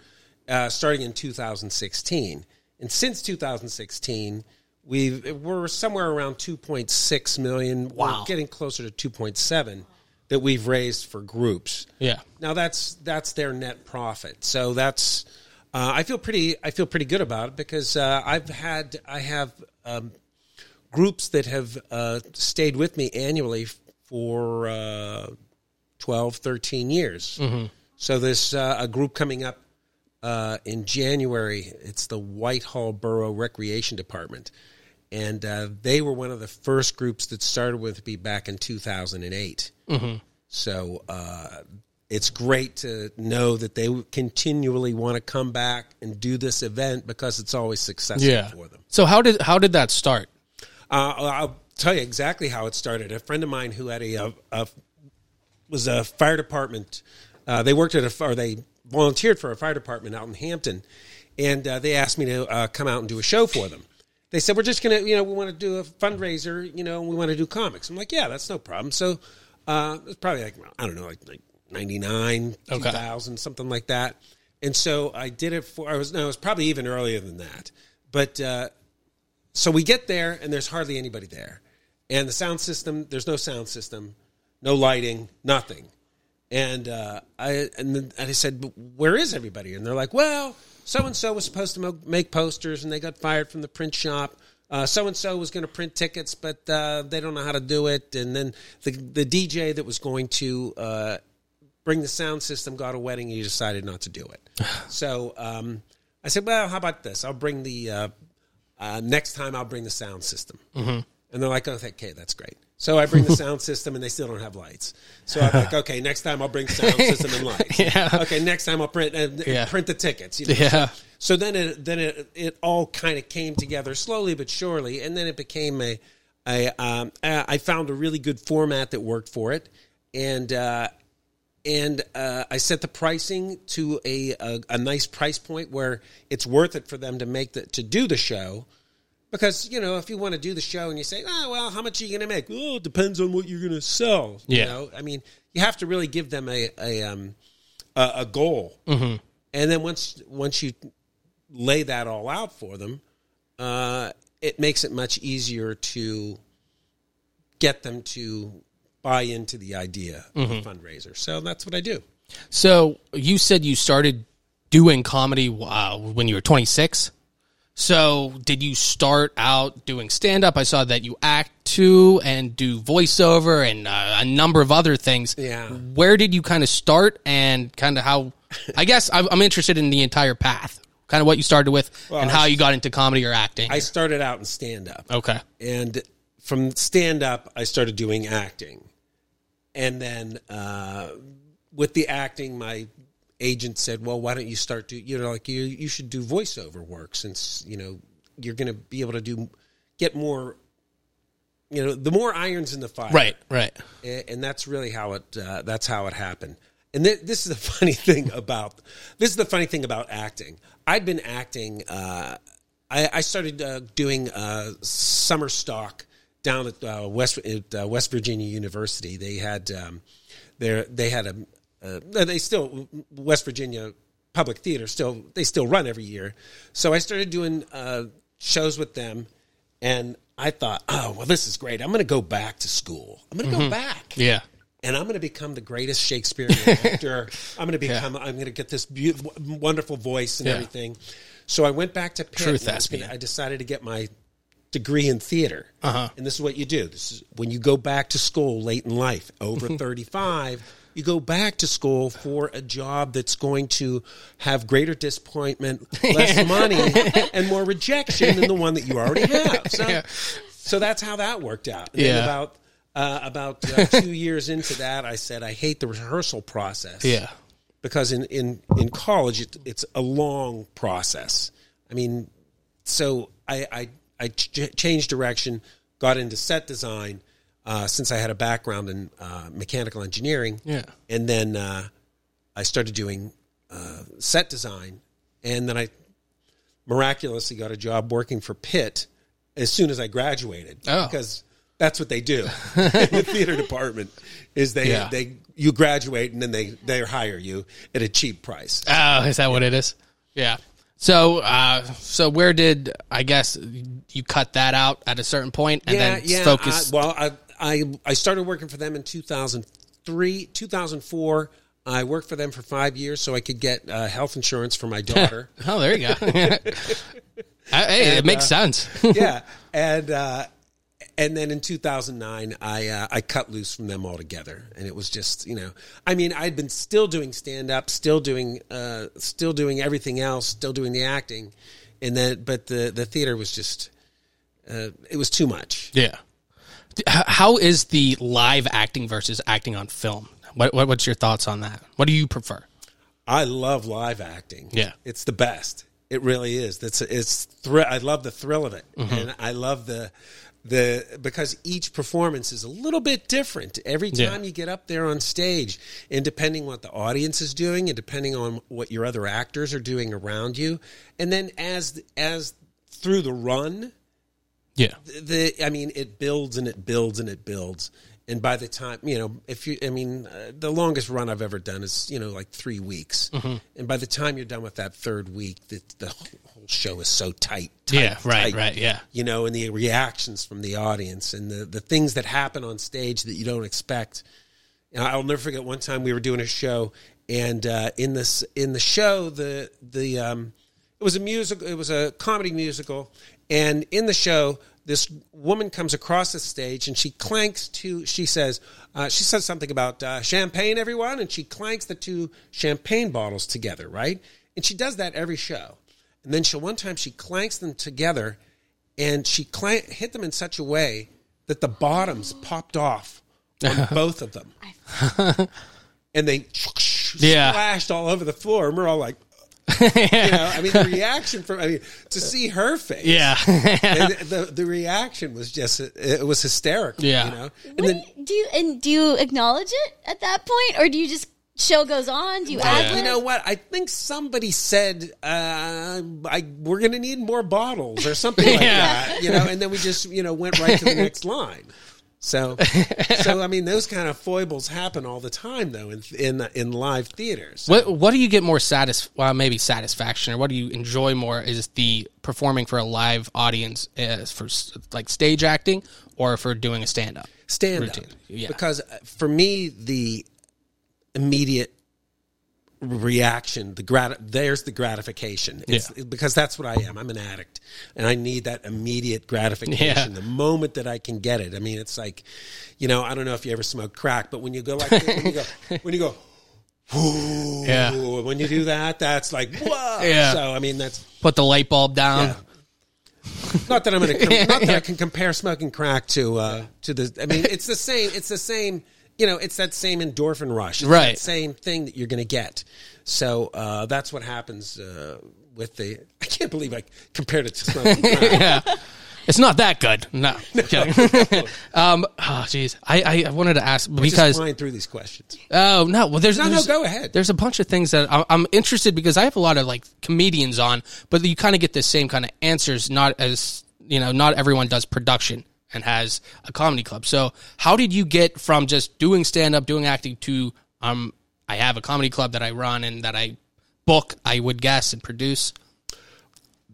Speaker 3: uh, starting in 2016, and since 2016. We've, we're somewhere around 2.6 million.
Speaker 1: Wow.
Speaker 3: We're getting closer to 2.7 that we've raised for groups.
Speaker 1: Yeah.
Speaker 3: Now that's that's their net profit. So that's uh, I feel pretty I feel pretty good about it because uh, I've had I have um, groups that have uh, stayed with me annually f- for uh, 12, 13 years. So there's uh, a group coming up uh, in January. It's the Whitehall Borough Recreation Department. And uh, they were one of the first groups that started with me back in 2008. So uh, it's great to know that they continually want to come back and do this event because it's always successful for them.
Speaker 1: So how did how did that start?
Speaker 3: Uh, I'll tell you exactly how it started. A friend of mine who had a, a, a was a fire department. Uh, they worked at a or they volunteered for a fire department out in Hampton, and uh, they asked me to uh, come out and do a show for them. They said we're just gonna you know we want to do a fundraiser you know we want to do comics. I'm like yeah that's no problem. So uh, it's probably like I don't know like, like 99,
Speaker 1: Okay.
Speaker 3: 2000 something like that. And so I did it for I was no it was probably even earlier than that. But uh, so we get there and there's hardly anybody there and the sound system there's no sound system no lighting nothing and uh, i and, then, and i said "But where is everybody and they're like well so and so was supposed to mo- make posters and they got fired from the print shop so and so was going to print tickets but uh, they don't know how to do it and then the, the dj that was going to uh, bring the sound system, got a wedding, and you decided not to do it. so um, I said, well, how about this? I'll bring the uh, uh, next time. I'll bring the sound system.
Speaker 1: Mm-hmm.
Speaker 3: And they're like, oh, okay, that's great. So I bring the sound system, and they still don't have lights. So I'm like, okay, next time I'll bring sound system and lights.
Speaker 1: Yeah.
Speaker 3: Okay, next time I'll print uh,
Speaker 1: Yeah.
Speaker 3: print the tickets. you know.
Speaker 1: Yeah.
Speaker 3: So, so then it then it it all kind of came together slowly but surely, and then it became a I um uh, I found a really good format that worked for it, and uh, and uh, I set the pricing to a, a a nice price point where it's worth it for them to make the to do the show. Because you know, if you want to do the show and you say, "Oh well, how much are you going to make?" Well, it depends on what you're going to sell.
Speaker 1: Yeah.
Speaker 3: You know, I mean, you have to really give them a a um, a, a goal, and then once once you lay that all out for them, uh, it makes it much easier to get them to buy into the idea of a fundraiser. So that's what I do.
Speaker 1: So you said you started doing comedy uh, when you were 26. So did you start out doing stand up? I saw that you act too and do voiceover and uh, a number of other things.
Speaker 3: Yeah.
Speaker 1: Where did you kind of start and kind of how? I guess I'm I'm interested in the entire path, kind of what you started with and how you got into comedy or acting.
Speaker 3: I started out in stand up.
Speaker 1: okay.
Speaker 3: and from stand up i started doing acting and then uh, with the acting my agent said well why don't you start to you know like you you should do voiceover work since you know you're going to be able to do get more you know the more irons in the fire
Speaker 1: Right, right.
Speaker 3: and, and that's really how it uh, that's how it happened and th- this is the funny thing about this is the funny thing about acting i'd been acting uh, I, I started uh, doing uh, summer stock down at uh, West at uh, West Virginia University. They had um, their they had a uh, they still West Virginia Public Theater still they still run every year. So I started doing uh, shows with them, and I thought, oh well, this is great. I'm going to go back to school. I'm going to go back
Speaker 1: Yeah.
Speaker 3: and I'm going to become the greatest Shakespearean actor. I'm going to become. I'm going to get this beautiful, wonderful voice and
Speaker 1: Yeah.
Speaker 3: everything. So I went back to Pitt.
Speaker 1: Truth
Speaker 3: and I-
Speaker 1: Aspinall.
Speaker 3: I decided to get my degree in theater.
Speaker 1: Uh-huh.
Speaker 3: And this is what you do. This is when you go back to school late in life, over 35. You go back to school for a job that's going to have greater disappointment, less money, and more rejection than the one that you already have. So, so that's how that worked out. And then
Speaker 1: Yeah.
Speaker 3: about uh, about uh, two years into that, I said I hate the rehearsal process.
Speaker 1: Yeah.
Speaker 3: because in in in college, it, it's a long process. I mean, so I I, I ch- changed direction, got into set design uh, since I had a background in uh, mechanical engineering.
Speaker 1: Yeah.
Speaker 3: and then uh, I started doing uh, set design, and then I miraculously got a job working for Pitt as soon as I graduated
Speaker 1: Oh.
Speaker 3: because that's what they do in the theater department is they
Speaker 1: Yeah.
Speaker 3: they you graduate and then they they hire you at a cheap price.
Speaker 1: Oh, is that what it is? Yeah. So, uh, so where did I guess you cut that out at a certain point and then focus?
Speaker 3: I, well, I, I I started working for them in 2003, 2004. I worked for them for five years so I could get uh, health insurance for my daughter.
Speaker 1: oh, there you go. Uh, hey, it makes sense.
Speaker 3: yeah, and uh, and then in 2009, I uh, I cut loose from them altogether, and it was just you know, I mean, I'd been still doing stand up, still doing uh, still doing everything else, still doing the acting, and then but the the theater was just uh, it was too much.
Speaker 1: yeah. D- h- How is the live acting versus acting on film? What, what what's your thoughts on that? What do you prefer?
Speaker 3: I love live acting.
Speaker 1: Yeah.
Speaker 3: it's the best. It really is. That's it's. Thr- I love the thrill of it,
Speaker 1: Mm-hmm.
Speaker 3: and I love the the because each performance is a little bit different every
Speaker 1: Yeah.
Speaker 3: time you get up there on stage, and depending what the audience is doing, and depending on what your other actors are doing around you, and then as as through the run,
Speaker 1: Yeah.
Speaker 3: the I mean, it builds and it builds and it builds. And by the time you know, if you, I mean, uh, the longest run I've ever done is you know like three weeks.
Speaker 1: Mm-hmm.
Speaker 3: And by the time you're done with that third week, the, the whole show is so tight. tight,
Speaker 1: Yeah, right,
Speaker 3: tight,
Speaker 1: right, yeah.
Speaker 3: You know, and the reactions from the audience and the the things that happen on stage that you don't expect. And I'll never forget one time we were doing a show, and uh, in this in the show the the um, it was a music it was a comedy musical, and in the show this woman comes across the stage and she clanks two she says uh, she says something about uh, champagne everyone and she clanks the two champagne bottles together right and she does that every show and then she one time she clanks them together and she clank, hit them in such a way that the bottoms popped off on both of them. and they
Speaker 1: Yeah.
Speaker 3: splashed all over the floor. And we're all like, you know, I mean, the reaction from, I mean, to see her face.
Speaker 1: Yeah.
Speaker 3: and the, the reaction was just, it was hysterical.
Speaker 1: Yeah.
Speaker 3: You know? And
Speaker 2: What
Speaker 3: then,
Speaker 2: do, you, do you and do you acknowledge it at that point, or do you just show goes on? Do you add?
Speaker 3: You know what? I think somebody said, uh, I, "We're going to need more bottles" or something like
Speaker 1: Yeah.
Speaker 3: that. You know, and then we just you know went right to the next line. So, so I mean, those kind of foibles happen all the time, though, in in in live theaters.
Speaker 1: What What do you get more satis? Well, maybe satisfaction, or what do you enjoy more? Is the performing for a live audience uh, for s- like stage acting, or for doing a stand up?
Speaker 3: stand up
Speaker 1: Routine. Yeah.
Speaker 3: because uh, for me the immediate reaction the grat- there's the gratification it's, because that's what i am i'm an addict and i need that immediate gratification
Speaker 1: Yeah.
Speaker 3: the moment that i can get it i mean it's like you know i don't know if you ever smoked crack but when you go like this, when you go when you go "Ooh,"
Speaker 1: Yeah.
Speaker 3: when you do that that's like whoa
Speaker 1: Yeah.
Speaker 3: so i mean that's
Speaker 1: Put the light bulb down.
Speaker 3: not that I'm going to. Com- not that I can compare smoking crack to uh, to the. I mean, it's the same. It's the same. You know, it's that same endorphin rush. It's
Speaker 1: Right.
Speaker 3: That same thing that you're going to get. So uh, that's what happens uh, with the. I can't believe I compared it to smoking crack.
Speaker 1: Yeah. It's not that good. No, kidding. um, oh, jeez. I, I wanted to ask
Speaker 3: We're just
Speaker 1: because
Speaker 3: flying through these questions.
Speaker 1: oh no, well there's
Speaker 3: No, no,
Speaker 1: there's-
Speaker 3: go ahead.
Speaker 1: There's a bunch of things that I'm, I'm interested because I have a lot of like comedians on, but you kind of get the same kind of answers. Not as you know, not everyone does production and has a comedy club. So how did you get from just doing stand up, doing acting to um, I have a comedy club that I run and that I book, I would guess and produce.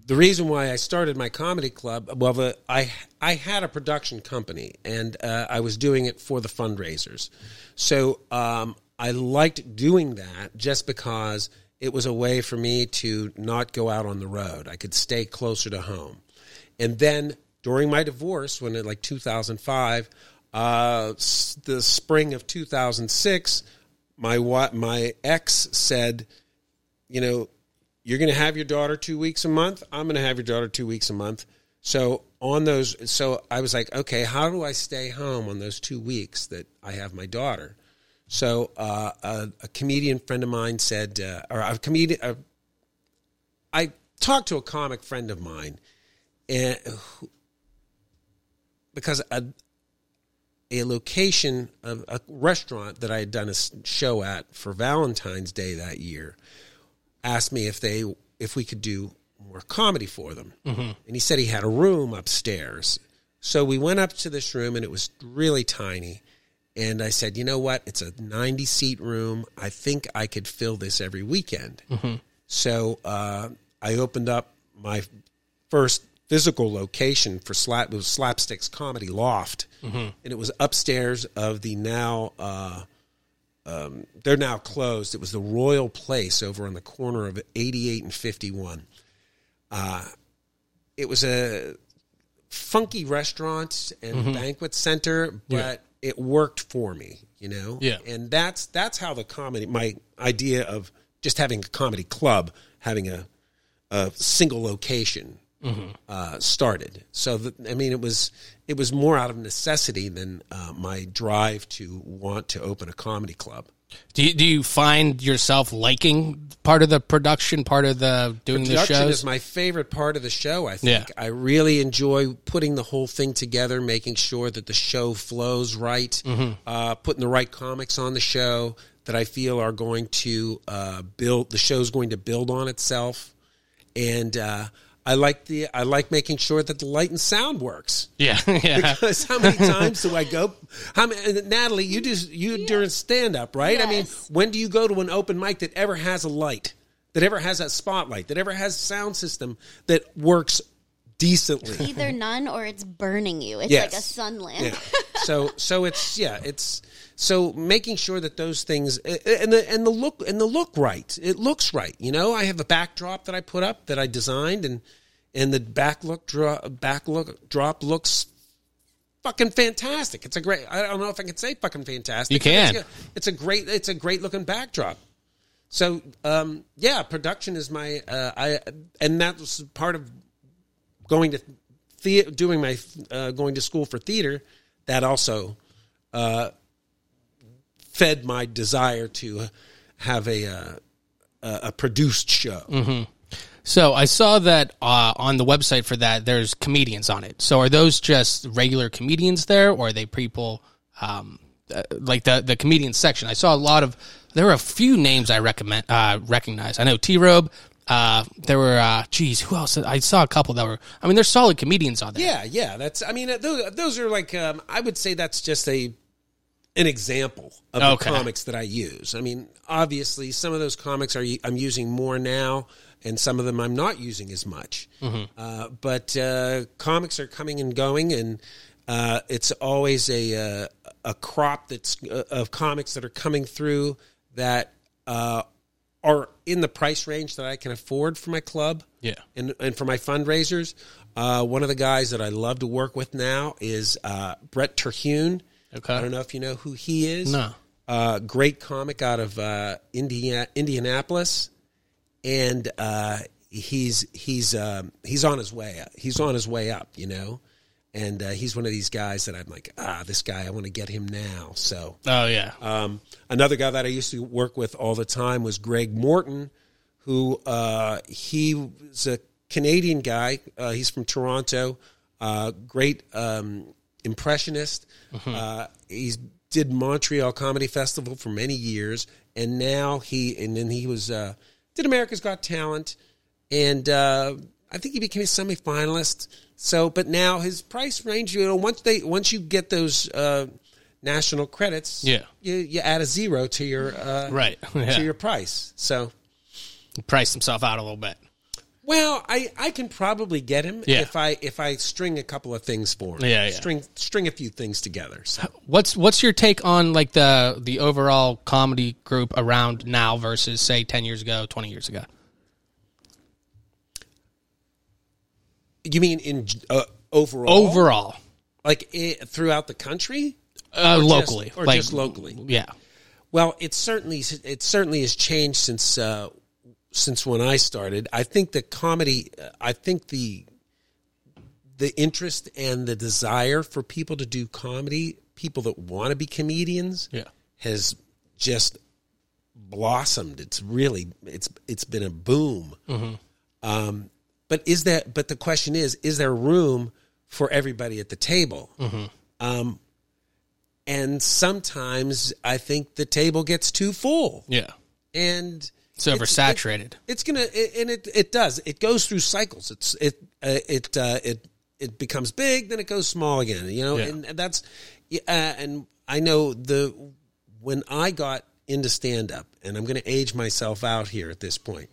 Speaker 3: the reason why I started my comedy club, well, the, I I had a production company and uh, I was doing it for the fundraisers, so um, I liked doing that just because it was a way for me to not go out on the road. I could stay closer to home, and then during my divorce, when in like 2005, uh, s- the spring of 2006, my wa- my ex said you know, you're going to have your daughter two weeks a month. I'm going to have your daughter two weeks a month. So on those, so I was like, okay, how do I stay home on those two weeks that I have my daughter? So uh, a, a comedian friend of mine said, uh, or a comedian, a, I talked to a comic friend of mine, and who- because a, a location, a, a restaurant that I had done a s- show at for Valentine's Day that year, asked me if they if we could do more comedy for them, and he said he had a room upstairs. So we went up to this room, and it was really tiny. And I said, you know what? It's a ninety seat room. I think I could fill this every weekend. So uh, I opened up my first physical location for slap it was slapsticks comedy loft and it was upstairs of the now uh, they're now closed. It was the Royal Place over on the corner of 88 and 51. Uh, it was a funky restaurant and banquet center, but it worked for me, you know.
Speaker 1: Yeah.
Speaker 3: and that's that's how the comedy. My idea of just having a comedy club, having a a single location uh, started. So the, I mean, it was it was more out of necessity than uh, my drive to want to open a comedy club.
Speaker 1: Do you, do you find yourself liking part of the production, part of the doing the
Speaker 3: production
Speaker 1: shows?
Speaker 3: is my favorite part of the show. I think
Speaker 1: Yeah.
Speaker 3: I really enjoy putting the whole thing together, making sure that the show flows right,
Speaker 1: Mm-hmm.
Speaker 3: uh, putting the right comics on the show that I feel are going to uh, build. The show's going to build on itself, and uh, I like the I like making sure that the light and sound works.
Speaker 1: yeah, yeah.
Speaker 3: Because how many times do I go? How many, Natalie, you do you during stand up, right? I mean,
Speaker 2: Yes.
Speaker 3: when do you go to an open mic that ever has a light, that ever has a spotlight, that ever has a sound system that works decently?
Speaker 2: Either none or it's burning you. It's
Speaker 3: Yes.
Speaker 2: like a sun lamp.
Speaker 3: Yeah. so so it's yeah it's so making sure that those things and the and the look and the look right it looks right you know I have a backdrop that I put up that I designed and and the back look draw back look drop looks fucking fantastic it's a great I don't know if I can say fucking fantastic
Speaker 1: You
Speaker 3: but it's
Speaker 1: can.
Speaker 3: a- it's a great it's a great looking backdrop so um, yeah, production is my uh, I and that was part of going to the, doing my uh, going to school for theater. That also uh, fed my desire to have a uh, a a produced show.
Speaker 1: So I saw that uh, on the website for that, there's comedians on it. So are those just regular comedians there, or are they people um, uh, like the the comedian section? I saw a lot of there were a few names I recommend uh, recognize. I know T Robe. Uh, there were uh, geez, who else? I saw a couple that were. I mean, they're solid comedians on there.
Speaker 3: Yeah, yeah. That's I mean those those are like um, I would say that's just a an example of
Speaker 1: Okay.
Speaker 3: the comics that I use. I mean, obviously, some of those comics are I'm using more now, and some of them I'm not using as much. Uh, but uh, comics are coming and going, and uh, it's always a uh, a crop that's uh, of comics that are coming through that uh, are in the price range that I can afford for my club
Speaker 1: Yeah.
Speaker 3: and, and for my fundraisers. Uh, one of the guys that I love to work with now is uh, Brett Terhune.
Speaker 1: Okay.
Speaker 3: I don't know if you know who he is.
Speaker 1: No.
Speaker 3: Uh, great comic out of uh, Indiana, Indianapolis, and uh, he's he's um, he's on his way. Up. He's on his way up. You know. And uh, he's one of these guys that I'm like, ah, this guy, I want to get him now. So
Speaker 1: Oh yeah.
Speaker 3: um, another guy that I used to work with all the time was Greg Morton, who uh, he was a Canadian guy. Uh, he's from Toronto. uh, great um, impressionist. Uh, he's did Montreal Comedy Festival for many years, and now he and then he was uh, did America's Got Talent, and uh, I think he became a semifinalist. So, but now his price range, you know, once they once you get those uh, national credits,
Speaker 1: Yeah.
Speaker 3: you, you add a zero to your uh,
Speaker 1: Right, yeah.
Speaker 3: to your price. So
Speaker 1: priced himself out a little bit.
Speaker 3: well, I, I can probably get him
Speaker 1: Yeah.
Speaker 3: if I if I string a couple of things for him.
Speaker 1: Yeah, yeah.
Speaker 3: String string a few things together. So
Speaker 1: What's what's your take on like the the overall comedy group around now versus say ten years ago, twenty years ago?
Speaker 3: you mean in uh, overall
Speaker 1: Overall,
Speaker 3: like it, throughout the country
Speaker 1: uh,
Speaker 3: Or just-
Speaker 1: locally,
Speaker 3: or
Speaker 1: like-
Speaker 3: just locally?
Speaker 1: Yeah,
Speaker 3: Well, it certainly it certainly has changed since uh, since when I started. I think the comedy, uh, I think the the interest and the desire for people to do comedy, people that want to be comedians,
Speaker 1: Yeah.
Speaker 3: has just blossomed. It's really it's it's been a boom.
Speaker 1: Mm-hmm.
Speaker 3: Um, but is that? But the question is: Is there room for everybody at the table?
Speaker 1: Mm-hmm.
Speaker 3: Um, and sometimes I think the table gets too full,
Speaker 1: yeah,
Speaker 3: and
Speaker 1: it's oversaturated.
Speaker 3: it's gonna it, and it it does it goes through cycles. It's it uh, it uh, it it becomes big, then it goes small again. You know,
Speaker 1: Yeah.
Speaker 3: and that's yeah, uh, and I know the when I got into stand up, and I'm gonna age myself out here at this point.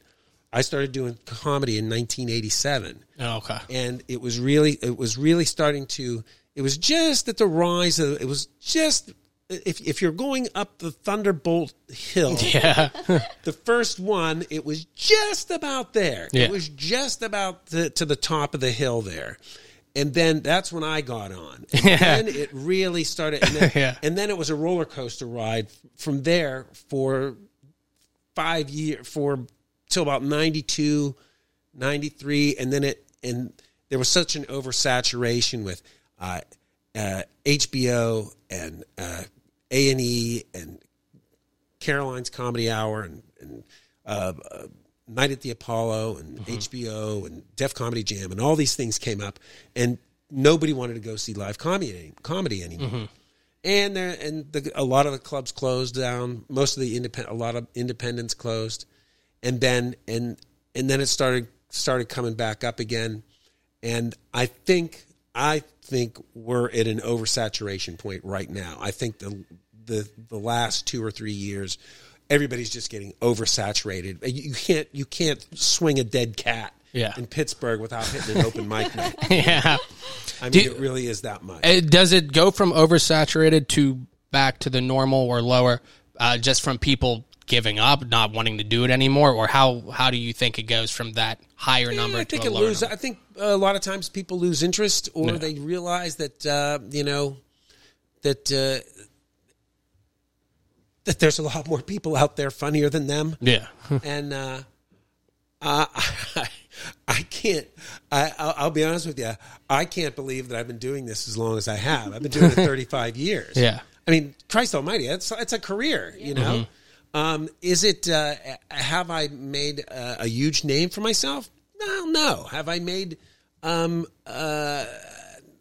Speaker 3: I started doing comedy in 1987
Speaker 1: oh, okay,
Speaker 3: and it was really it was really starting to it was just at the rise of it was just if if you're going up the thunderbolt hill
Speaker 1: yeah,
Speaker 3: the first one it was just about there
Speaker 1: Yeah.
Speaker 3: it was just about the, to the top of the hill there and then that's when I got on. And then it really started. And then,
Speaker 1: Yeah.
Speaker 3: and then it was a roller coaster ride from there for five year for till about 92 93 and then it and there was such an oversaturation with uh, uh, hbo and uh, a&e and caroline's comedy hour and, and uh, uh, night at the apollo and hbo and def comedy jam and all these things came up and nobody wanted to go see live comedy, comedy anymore and there and the, a lot of the clubs closed down. Most of the independent, a lot of independents closed, and then and and then it started started coming back up again. And I think I think we're at an oversaturation point right now. I think the the the last two or three years, everybody's just getting oversaturated. You you can't you can't swing a dead cat.
Speaker 1: Yeah.
Speaker 3: in Pittsburgh without hitting an open mic night.
Speaker 1: yeah.
Speaker 3: I mean,
Speaker 1: you-
Speaker 3: it really is that much.
Speaker 1: It, does it go from oversaturated to back to the normal or lower, uh, just from people giving up, not wanting to do it anymore, or how how do you think it goes from that higher number
Speaker 3: I think
Speaker 1: to a
Speaker 3: it
Speaker 1: lower
Speaker 3: lose.
Speaker 1: number?
Speaker 3: I think a lot of times people lose interest, or they realize that uh, you know that uh, that there's a lot more people out there funnier than them,
Speaker 1: Yeah,
Speaker 3: and uh, uh, I, I can't. I, I'll, I'll be honest with you. I can't believe that I've been doing this as long as I have. I've been doing it 35 years.
Speaker 1: Yeah.
Speaker 3: I mean, Christ Almighty, it's it's a career, you know. Um, is it? Uh, have I made a, a huge name for myself? No, no. Have I made? Um, uh,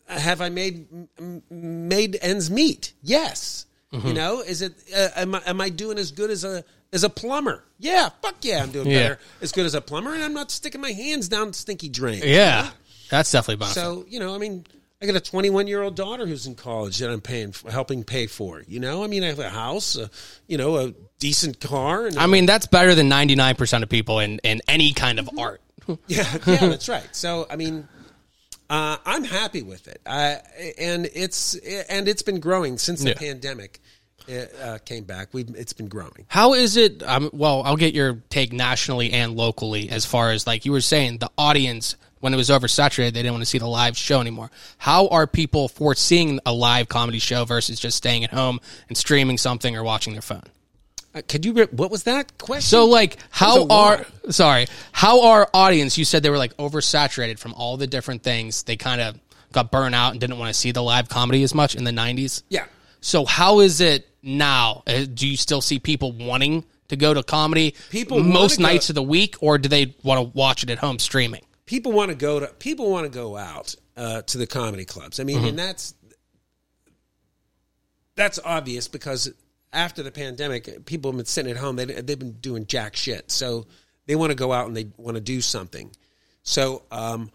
Speaker 3: have I made m- m- made ends meet? Yes.
Speaker 1: Mm-hmm.
Speaker 3: You know, is it? Uh, am I am I doing as good as a as a plumber? Yeah, fuck yeah, I'm doing
Speaker 1: Yeah.
Speaker 3: better as good as a plumber, and I'm not sticking my hands down stinky drains.
Speaker 1: yeah, that's definitely about
Speaker 3: So you know, I mean, I got a 21 year old daughter who's in college that I'm paying, for, helping pay for. You know, I mean, I have a house, a, you know, a decent car. And
Speaker 1: I mean, that's better than ninety nine percent of people in in any kind of art.
Speaker 3: yeah, yeah, that's right. So I mean, uh, I'm happy with it, uh, and it's and it's been growing since the
Speaker 1: Yeah.
Speaker 3: pandemic uh, uh, came back. We it's been growing.
Speaker 1: How is it? Um, well, I'll get your take nationally and locally as far as like you were saying, the audience when it was oversaturated, they didn't want to see the live show anymore. How are people foreseeing a live comedy show versus just staying at home and streaming something or watching their phone?
Speaker 3: Uh, could you? Re- what was that question?
Speaker 1: So like how
Speaker 3: There's a
Speaker 1: are
Speaker 3: lot.
Speaker 1: sorry, how are audience you said they were like oversaturated from all the different things. They kind of got burnt out and didn't want to see the live comedy as much in the 90s.
Speaker 3: Yeah.
Speaker 1: So how is it now? Uh, Do you still see people wanting to go to comedy
Speaker 3: People wanna
Speaker 1: most
Speaker 3: go-
Speaker 1: nights of the week or do they want to watch it at home streaming?
Speaker 3: people want to go to people want to go out. uh, to the comedy clubs. I mean, and that's that's obvious because after the pandemic, people have been sitting at home. They they've been doing jack shit, so they want to go out and they want to do something. So um,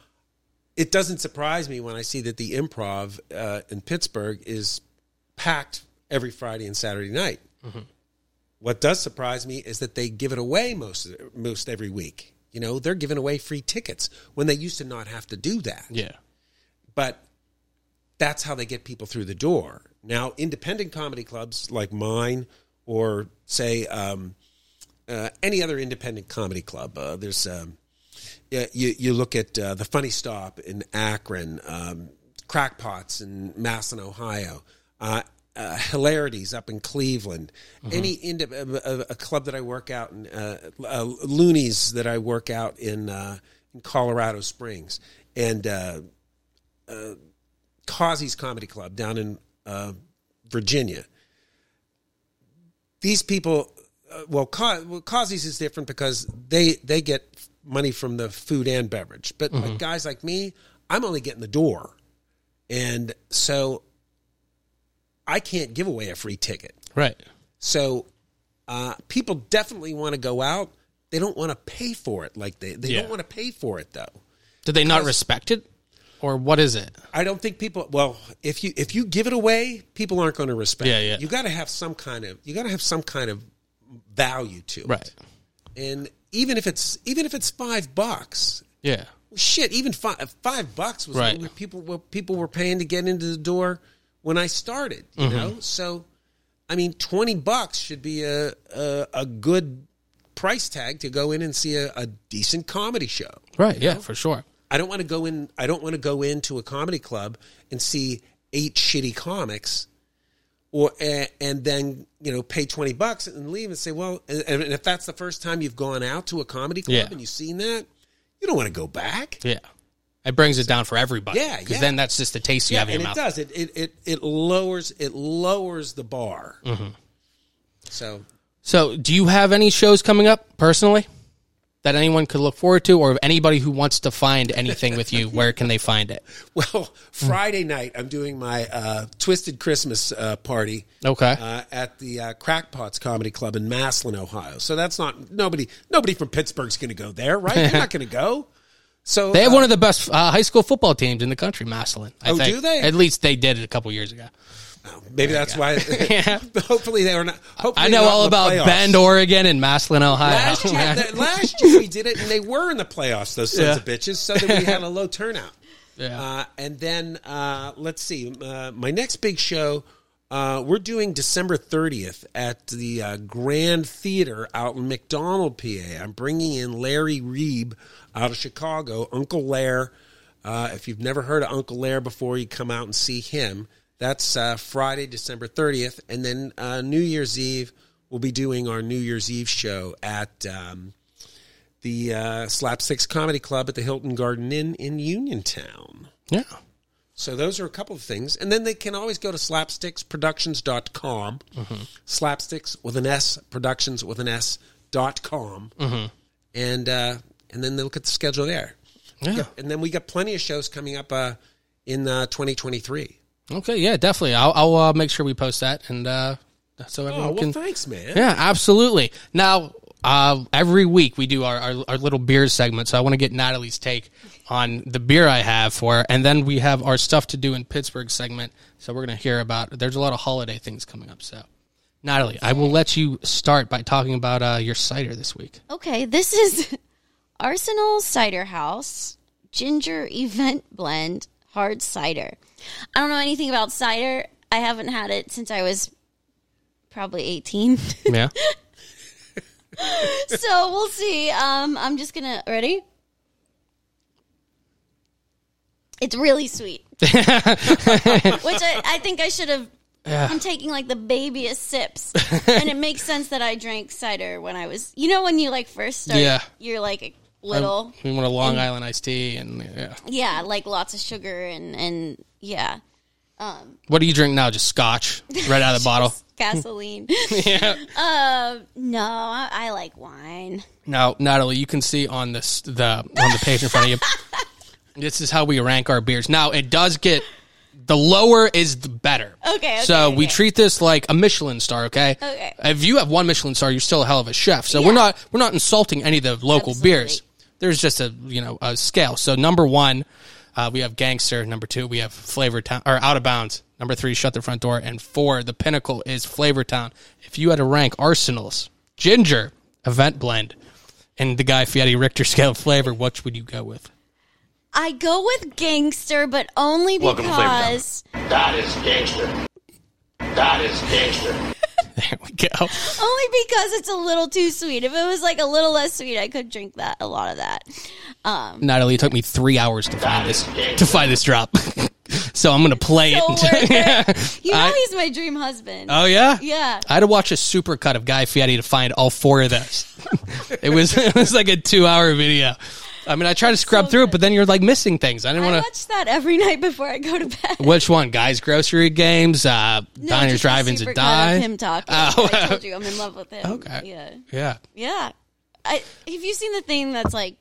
Speaker 3: it doesn't surprise me when I see that the improv uh, in Pittsburgh is packed every Friday and Saturday night. What does surprise me is that they give it away most most every week. You know, they're giving away free tickets when they used to not have to do that
Speaker 1: Yeah.
Speaker 3: but that's how they get people through the door. Now, independent comedy clubs like mine, or say um, uh, any other independent comedy club, uh, there's um, yeah, you, you look at uh, the Funny Stop in Akron, um, Crackpots in Masson, Ohio, uh, uh, Hilarities up in Cleveland, any indep- a, a- a club that I work out in, uh, uh, Loonies that I work out in, uh, in Colorado Springs, and uh, Causey's Comedy Club down in uh, Virginia. These people, uh, well, Ca- well, Causey's is different because they they get money from the food and beverage, but like guys like me, I'm only getting the door, and so I can't give away a free ticket.
Speaker 1: Right.
Speaker 3: So uh, people definitely want to go out. They don't want to pay for it. Like they they
Speaker 1: Yeah.
Speaker 3: don't want to pay for it though.
Speaker 1: Did they not respect it, or what is it?
Speaker 3: I don't think people. Well, if you if you give it away, people aren't going to respect.
Speaker 1: Yeah,
Speaker 3: it.
Speaker 1: yeah.
Speaker 3: You got to have some kind of you got to have some kind of value to it.
Speaker 1: Right.
Speaker 3: And even if it's even if it's five bucks,
Speaker 1: Yeah.
Speaker 3: shit, even five five bucks was
Speaker 1: Right.
Speaker 3: what people what people were paying to get into the door when I started. You
Speaker 1: Mm-hmm.
Speaker 3: know, so I mean, twenty bucks should be a a, a good price tag to go in and see a, a decent comedy show.
Speaker 1: Right. Yeah. For sure.
Speaker 3: I don't want to go in. I don't want to go into a comedy club and see eight shitty comics, or and, and then you know pay twenty bucks and leave and say, well, and, and if that's the first time you've gone out to a comedy club
Speaker 1: Yeah.
Speaker 3: and you've seen that, you don't want to go back.
Speaker 1: Yeah. It brings it down for everybody.
Speaker 3: Yeah,
Speaker 1: Because
Speaker 3: yeah.
Speaker 1: then that's just the taste you have in
Speaker 3: and
Speaker 1: your mouth.
Speaker 3: it does. It, it it it lowers it lowers the bar.
Speaker 1: Mm-hmm.
Speaker 3: So
Speaker 1: So, do you have any shows coming up personally that anyone could look forward to, or anybody who wants to find anything with you, where can they find it?
Speaker 3: Well, Friday night I'm doing my uh, Twisted Christmas uh, party.
Speaker 1: Okay.
Speaker 3: Uh, at the uh, Crackpots Comedy Club in Maslin, Ohio. So that's not nobody. Nobody from Pittsburgh's going to go there, right? They're not going to go. So
Speaker 1: They have
Speaker 3: uh,
Speaker 1: one of the best uh, high school football teams in the country, Maslin. I
Speaker 3: Oh,
Speaker 1: think.
Speaker 3: do they?
Speaker 1: At least they did it a couple years ago.
Speaker 3: Maybe that's why. Hopefully they were not. Hopefully
Speaker 1: I know
Speaker 3: they're not
Speaker 1: all
Speaker 3: in the
Speaker 1: about
Speaker 3: playoffs.
Speaker 1: Bend, Oregon, and Maslin, Ohio.
Speaker 3: Last year, that, last year we did it, and they were in the playoffs. Those sons
Speaker 1: Yeah.
Speaker 3: of bitches. So that we had a low turnout.
Speaker 1: Yeah.
Speaker 3: Uh, and then uh, let's see. Uh, my next big show. Uh, we're doing December 30th at the uh, Grand Theater out in McDonald, PA. I'm bringing in Larry Reeb out of Chicago, Uncle Lair. Uh, if you've never heard of Uncle Lair before, you come out and see him. That's uh, Friday, December 30th. And then uh, New Year's Eve, we'll be doing our New Year's Eve show at um, the uh, Slapsticks Comedy Club at the Hilton Garden Inn in Uniontown.
Speaker 1: yeah.
Speaker 3: So those are a couple of things. And then they can always go to slapsticksproductions.com, slapsticks with an S, productions with an S, dot com. And, uh, and then they look at the schedule there.
Speaker 1: Yeah.
Speaker 3: And then we got plenty of shows coming up uh, in uh, 2023.
Speaker 1: Okay. Yeah. Definitely. I'll, I'll uh, make sure we post that, and uh, so everyone
Speaker 3: Oh, well,
Speaker 1: can.
Speaker 3: thanks, man.
Speaker 1: Yeah, absolutely. Now, uh, every week we do our, our, our little beer segment, so I want to get Natalie's take on the beer I have for her. And then we have our stuff to do in Pittsburgh segment, so we're going to hear about, there's a lot of holiday things coming up, so. Natalie, I will let you start by talking about uh, your cider this week.
Speaker 2: Okay, this is Arsenal Cider House Ginger Event Blend Hard Cider. I don't know anything about cider. I haven't had it since I was probably 18.
Speaker 1: Yeah.
Speaker 2: so we'll see. Um, I'm just going to. Ready? It's really sweet. Which I, I think I should have. I'm taking like the babyest sips. and it makes sense that I drank cider when I was. You know, when you like first start,
Speaker 1: Yeah. Um,
Speaker 2: you're like a little.
Speaker 1: we want a Long Island iced tea, and yeah.
Speaker 2: yeah, like lots of sugar and, and yeah,
Speaker 1: What do you drink now? Just scotch, right out of the bottle.
Speaker 2: gasoline. Uh,
Speaker 1: Yeah.
Speaker 2: no, I, I like wine.
Speaker 1: Now, Natalie, you can see on this the on the page in front of you. This is how we rank our beers. Now it does get the lower is the better.
Speaker 2: Okay, okay,
Speaker 1: so we
Speaker 2: okay.
Speaker 1: treat this like a Michelin star. Okay.
Speaker 2: Okay.
Speaker 1: If you have one Michelin star, you're still a hell of a chef. So we're not we're not insulting any of the local
Speaker 2: Absolutely.
Speaker 1: beers. There's just a you know a scale. So number one, uh, we have Gangster. Number two, we have Flavor Town or Out of Bounds. Number three, Shut the Front Door. And four, the pinnacle is Flavor Town. If you had to rank Arsenal's Ginger Event Blend and the Guy Fieri Richter scale of flavor, which would you go with?
Speaker 2: I go with gangster, but only
Speaker 4: Welcome to Flavor Town.
Speaker 2: because
Speaker 5: That is gangster. That is gangster.
Speaker 1: There we go.
Speaker 2: only because it's a little too sweet. If it was like a little less sweet, I could drink that a lot of that.
Speaker 1: Natalie, it took me three hours to find this to find this drop. so I'm gonna play
Speaker 2: So
Speaker 1: it.
Speaker 2: worth it. You know
Speaker 1: I-
Speaker 2: he's my dream husband.
Speaker 1: oh yeah,
Speaker 2: Yeah.
Speaker 1: I had to watch a supercut of Guy Fieri to find all four of those. it was it was like a two hour video. I mean, I tried to scrub
Speaker 2: so
Speaker 1: through it,
Speaker 2: good.
Speaker 1: but then you're like missing things. I didn't
Speaker 2: I
Speaker 1: want to.
Speaker 2: watch that every night before I go to bed.
Speaker 1: Which one? Guys, grocery games, uh, diners,
Speaker 2: just the
Speaker 1: drive-ins, and
Speaker 2: supercut
Speaker 1: die.
Speaker 2: Of him talking.
Speaker 1: Oh.
Speaker 2: I told you I'm in love with him.
Speaker 1: Okay.
Speaker 2: Yeah.
Speaker 1: Yeah.
Speaker 2: Yeah. I, have you seen the thing that's like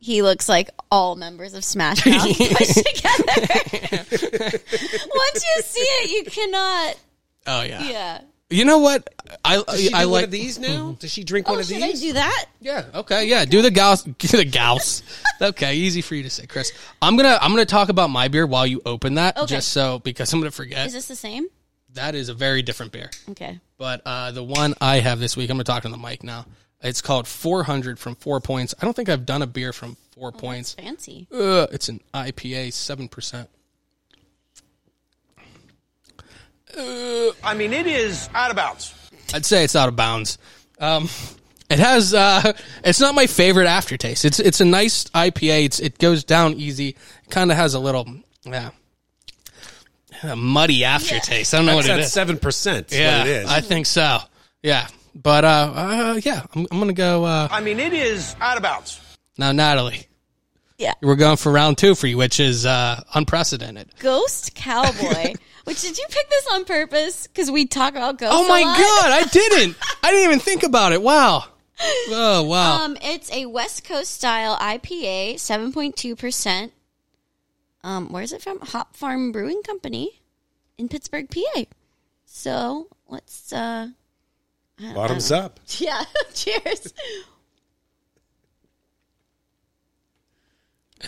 Speaker 2: he looks like all members of Smash Mouth pushed together? Once you see it, you cannot.
Speaker 1: Oh yeah.
Speaker 2: Yeah.
Speaker 1: You know what? I
Speaker 3: Does she
Speaker 1: I
Speaker 3: do one
Speaker 1: like
Speaker 3: of these now? Mm-hmm. Does she drink one
Speaker 2: Oh,
Speaker 3: of
Speaker 2: should
Speaker 3: these?
Speaker 2: I do that?
Speaker 1: Yeah. Okay. Yeah. Do the gauss. Do the gauss. okay. Easy for you to say, Chris. I'm gonna I'm gonna talk about my beer while you open that,
Speaker 2: Okay.
Speaker 1: just so because I'm gonna forget.
Speaker 2: Is this the same?
Speaker 1: that is a very different beer.
Speaker 2: Okay.
Speaker 1: But uh, the one I have this week, I'm gonna talk on the mic now. It's called 400 from Four Points. I don't think I've done a beer from Four
Speaker 2: That's
Speaker 1: Points.
Speaker 2: fancy.
Speaker 1: Ugh, it's an IPA, seven percent.
Speaker 4: I mean, it is out of bounds.
Speaker 1: I'd say it's out of bounds. Um, it has. Uh, it's not my favorite aftertaste. It's it's a nice IPA. It's, it goes down easy. Kind of has a little yeah, a muddy aftertaste. I don't know
Speaker 3: That's
Speaker 1: what it
Speaker 3: at
Speaker 1: is.
Speaker 3: seven percent.
Speaker 1: yeah,
Speaker 3: what it is.
Speaker 1: I think so. Yeah, but uh, uh yeah, I'm, I'm gonna go uh,
Speaker 4: I mean, it is out of bounds.
Speaker 1: now, Natalie.
Speaker 2: Yeah.
Speaker 1: We're going for round two for you, which is uh, unprecedented.
Speaker 2: Ghost Cowboy. Which did you pick this on purpose? Because we talk about ghosts.
Speaker 1: Oh
Speaker 2: a
Speaker 1: my
Speaker 2: lot.
Speaker 1: god, I didn't. I didn't even think about it. Wow. Oh wow.
Speaker 2: Um, it's a West Coast style IPA, seven point two percent. Um, where is it from? Hop Farm Brewing Company in Pittsburgh, PA. So let's uh,
Speaker 3: Bottoms up.
Speaker 2: yeah, cheers.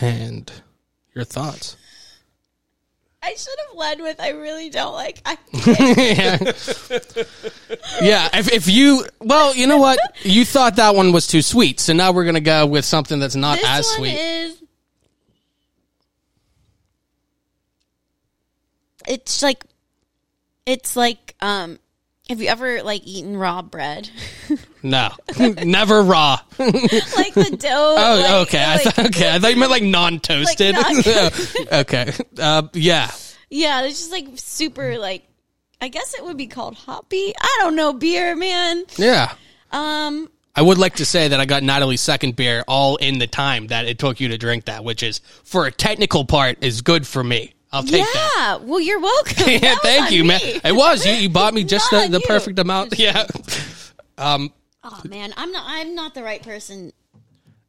Speaker 1: and your thoughts.
Speaker 2: I should have led with I really don't like. I,
Speaker 1: yeah. yeah. If, if you, well, you know what? You thought that one was too sweet. So now we're going to go with something that's not
Speaker 2: this
Speaker 1: Uh, as
Speaker 2: one
Speaker 1: sweet.
Speaker 2: is. It's like, it's like um, have you ever like eaten raw bread?
Speaker 1: no, never raw. Oh,
Speaker 2: like the dough. like-
Speaker 1: okay. I
Speaker 2: like-
Speaker 1: thought, okay. I thought you meant like non toasted.
Speaker 2: Like
Speaker 1: okay. Uh, yeah.
Speaker 2: Yeah, it's just like super like I guess it would be called hoppy. I don't know beer, man.
Speaker 1: Yeah.
Speaker 2: Um
Speaker 1: I would like to say that I got Natalie's second beer all in the time that it took you to drink that, which is for a technical part is good for me. I'll take
Speaker 2: yeah.
Speaker 1: that.
Speaker 2: Well, you're welcome.
Speaker 1: yeah,
Speaker 2: That was
Speaker 1: thank
Speaker 2: on
Speaker 1: you, man.
Speaker 2: me.
Speaker 1: It was you. You bought me just
Speaker 2: Not
Speaker 1: the,
Speaker 2: on
Speaker 1: the
Speaker 2: you.
Speaker 1: perfect amount. Yeah,
Speaker 2: Oh man, I'm not I'm not the right person.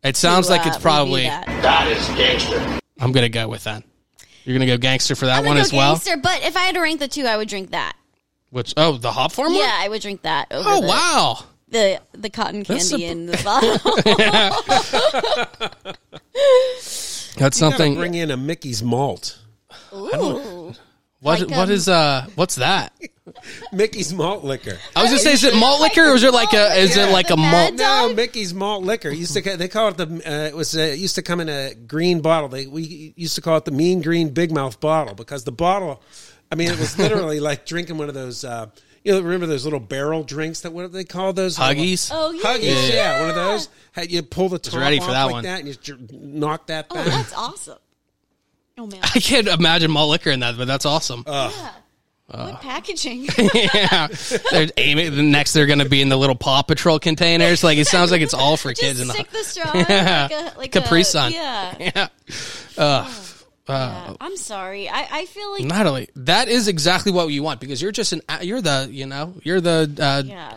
Speaker 1: it sounds
Speaker 2: to,
Speaker 1: like
Speaker 2: uh,
Speaker 1: it's probably.
Speaker 2: review that.
Speaker 5: That is gangster.
Speaker 1: I'm gonna go with that. You're gonna go gangster for that
Speaker 2: I'm
Speaker 1: one
Speaker 2: gonna
Speaker 1: as
Speaker 2: go
Speaker 1: well.
Speaker 2: gangster, but if I had to rank the two, I would drink that.
Speaker 1: Which oh, the hop farm one.
Speaker 2: Yeah, I would drink that. Over
Speaker 1: Oh
Speaker 2: the,
Speaker 1: wow.
Speaker 2: The the cotton
Speaker 1: That's
Speaker 2: candy
Speaker 1: a-
Speaker 2: in the bottle.
Speaker 1: That's
Speaker 3: Gotta
Speaker 1: something.
Speaker 3: bring in a Mickey's malt.
Speaker 2: Ooh.
Speaker 1: what
Speaker 2: like,
Speaker 1: what
Speaker 2: um,
Speaker 1: is uh what's that?
Speaker 3: Mickey's malt liquor.
Speaker 1: I was gonna say, is it malt liquor or is it like a is it
Speaker 2: Yeah.
Speaker 1: like
Speaker 2: The
Speaker 1: a malt?
Speaker 2: bad- Dog?
Speaker 3: No, Mickey's malt liquor used to ca- they call it the uh, it was uh, it used to come in a green bottle. They we used to call it the mean green big mouth bottle because the bottle, I mean, it was literally like drinking one of those. Uh, you know, remember those little barrel drinks that what do they call those?
Speaker 1: Huggies?
Speaker 2: Oh yeah.
Speaker 3: Huggies, yeah. one of those. Had you pull the top
Speaker 1: ready
Speaker 3: off
Speaker 1: for that
Speaker 3: like
Speaker 1: one.
Speaker 3: that and you just knock that
Speaker 2: Oh,
Speaker 3: back.
Speaker 2: that's awesome. Oh man.
Speaker 1: I can't imagine malt liquor in that, but that's awesome. Uh.
Speaker 2: Good packaging.
Speaker 1: yeah, they're aiming. The next, they're gonna be in the little Paw Patrol containers. Like it sounds like it's all for
Speaker 2: Just
Speaker 1: kids. in the
Speaker 2: stick the straw
Speaker 1: Yeah.
Speaker 2: in like a like
Speaker 1: Capri
Speaker 2: a-
Speaker 1: Sun.
Speaker 2: Yeah.
Speaker 1: yeah. Uh,
Speaker 2: Yeah. I'm sorry. I, I feel like
Speaker 1: Natalie, that is exactly what you want because you're just an you're the you know you're the uh,
Speaker 2: yeah.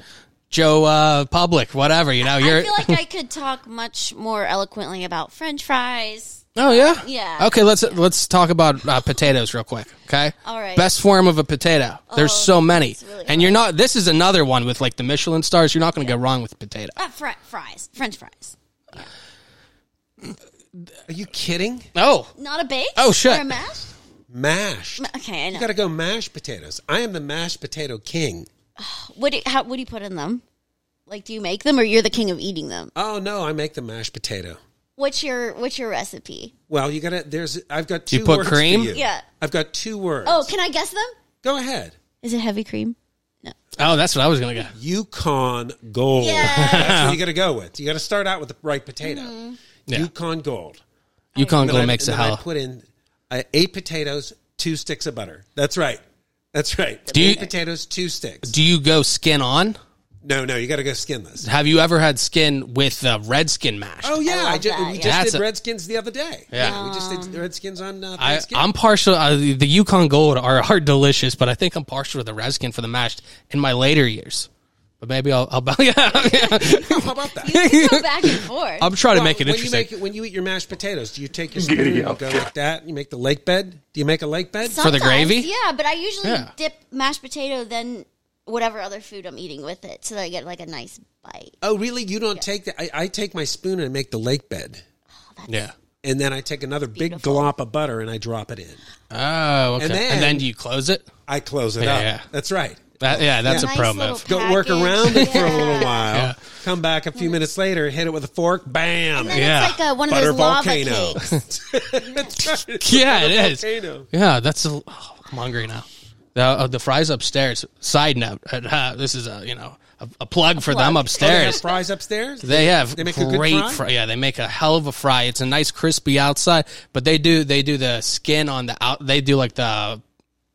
Speaker 1: Joe uh, Public whatever you know you're
Speaker 2: I feel like I could talk much more eloquently about French fries
Speaker 1: Oh yeah.
Speaker 2: Yeah.
Speaker 1: Okay, let's let's talk about uh, potatoes real quick. Okay.
Speaker 2: All right. Oh,
Speaker 1: Best form of a potato. There's so many,
Speaker 2: really
Speaker 1: and you're not. This is another one with like the Michelin stars. You're not going to go wrong with potato.
Speaker 2: Uh, fr- fries, French fries.
Speaker 3: Are you kidding?
Speaker 1: Oh.
Speaker 2: Not a bake.
Speaker 1: Oh, shit.
Speaker 2: Or a mash.
Speaker 3: Mash.
Speaker 2: Okay, I know.
Speaker 3: You got to go mashed potatoes. I am the mashed potato king.
Speaker 2: What do you, how, what do you put in them? Like, do you make them, or you're the king of eating them?
Speaker 3: Oh no, I make the mashed potato.
Speaker 2: What's your What's your recipe?
Speaker 3: Well, you gotta. There's. I've got two.
Speaker 1: You put
Speaker 3: words
Speaker 1: cream?
Speaker 3: For you.
Speaker 2: Yeah.
Speaker 3: I've got two words.
Speaker 2: Oh, can I guess them?
Speaker 3: Go ahead.
Speaker 2: Is it heavy cream?
Speaker 1: Oh, that's what I was going to go.
Speaker 3: Yukon Gold.
Speaker 2: Yeah.
Speaker 3: That's what you got to go with. You got to start out with the right potato.
Speaker 2: Mm-hmm.
Speaker 1: Yeah.
Speaker 3: Yukon Gold.
Speaker 1: Yukon
Speaker 3: And then
Speaker 1: Gold
Speaker 3: I-
Speaker 1: makes a
Speaker 3: and then I
Speaker 1: hell.
Speaker 3: put in uh, eight potatoes, two sticks of butter. That's right. That's right.
Speaker 1: Do you-
Speaker 3: eight potatoes, two sticks.
Speaker 1: Do you go skin on?
Speaker 3: no, no, you got to go skinless.
Speaker 1: Have you ever had skin with uh, red skin mashed?
Speaker 3: Oh yeah, I
Speaker 2: love
Speaker 3: ju-
Speaker 2: that,
Speaker 3: we
Speaker 2: yeah.
Speaker 3: just
Speaker 1: That's
Speaker 3: did
Speaker 1: a-
Speaker 3: Redskins the other day.
Speaker 1: Yeah.
Speaker 3: we just did Redskins on uh,
Speaker 1: I,
Speaker 3: Thanksgiving.
Speaker 1: I'm partial. Uh, the the Yukon Gold are, are delicious, but I think I'm partial to the red skin for the mashed in my later years. But maybe I'll. I'll yeah,
Speaker 3: How about that?
Speaker 2: You go back and forth.
Speaker 1: I'm trying to make it
Speaker 3: when you
Speaker 1: interesting.
Speaker 3: make it, when you eat your mashed potatoes, do you take your spoon and go like that? and You make the lake bed. Do you make a lake bed?
Speaker 1: For the
Speaker 2: Sometimes,
Speaker 1: gravy?
Speaker 2: Yeah, but I usually
Speaker 1: Yeah.
Speaker 2: dip mashed potato then whatever other food I'm eating with it, so that I get like a nice bite.
Speaker 3: Oh, really? You don't take that? I, I take my spoon and I make the lake bed,
Speaker 1: yeah.
Speaker 3: and then I take another big glop of butter and I drop it in.
Speaker 1: Oh, okay. And
Speaker 3: And
Speaker 1: then,
Speaker 3: then-
Speaker 1: do you close it?
Speaker 3: I close it
Speaker 1: Yeah,
Speaker 3: up.
Speaker 1: yeah.
Speaker 3: That's right.
Speaker 1: That, yeah, that's a
Speaker 2: Nice
Speaker 1: pro
Speaker 2: little
Speaker 1: move.
Speaker 3: Go work
Speaker 2: Package,
Speaker 3: around it for a
Speaker 2: yeah.
Speaker 3: little while.
Speaker 1: Yeah.
Speaker 3: Come back a few minutes later, hit it with a fork. Bam!
Speaker 2: And
Speaker 1: Yeah.
Speaker 2: it's like uh one of
Speaker 3: Butter
Speaker 2: those lava
Speaker 3: volcano. Oh,
Speaker 2: cakes.
Speaker 3: That's right. It's a
Speaker 1: Yeah,
Speaker 3: butter
Speaker 1: it is.
Speaker 3: volcano.
Speaker 1: Yeah, that's. A, oh, I'm hungry now. The, uh, the fries upstairs. Side note: uh, This is a you know a, a plug for them
Speaker 3: Oh, they have
Speaker 1: upstairs.
Speaker 3: fries upstairs.
Speaker 1: They have
Speaker 3: They make a good
Speaker 1: great
Speaker 3: fry?
Speaker 1: fry. Yeah, they make a hell of a fry. It's a nice crispy outside, but they do they do the skin on the out. They do like the.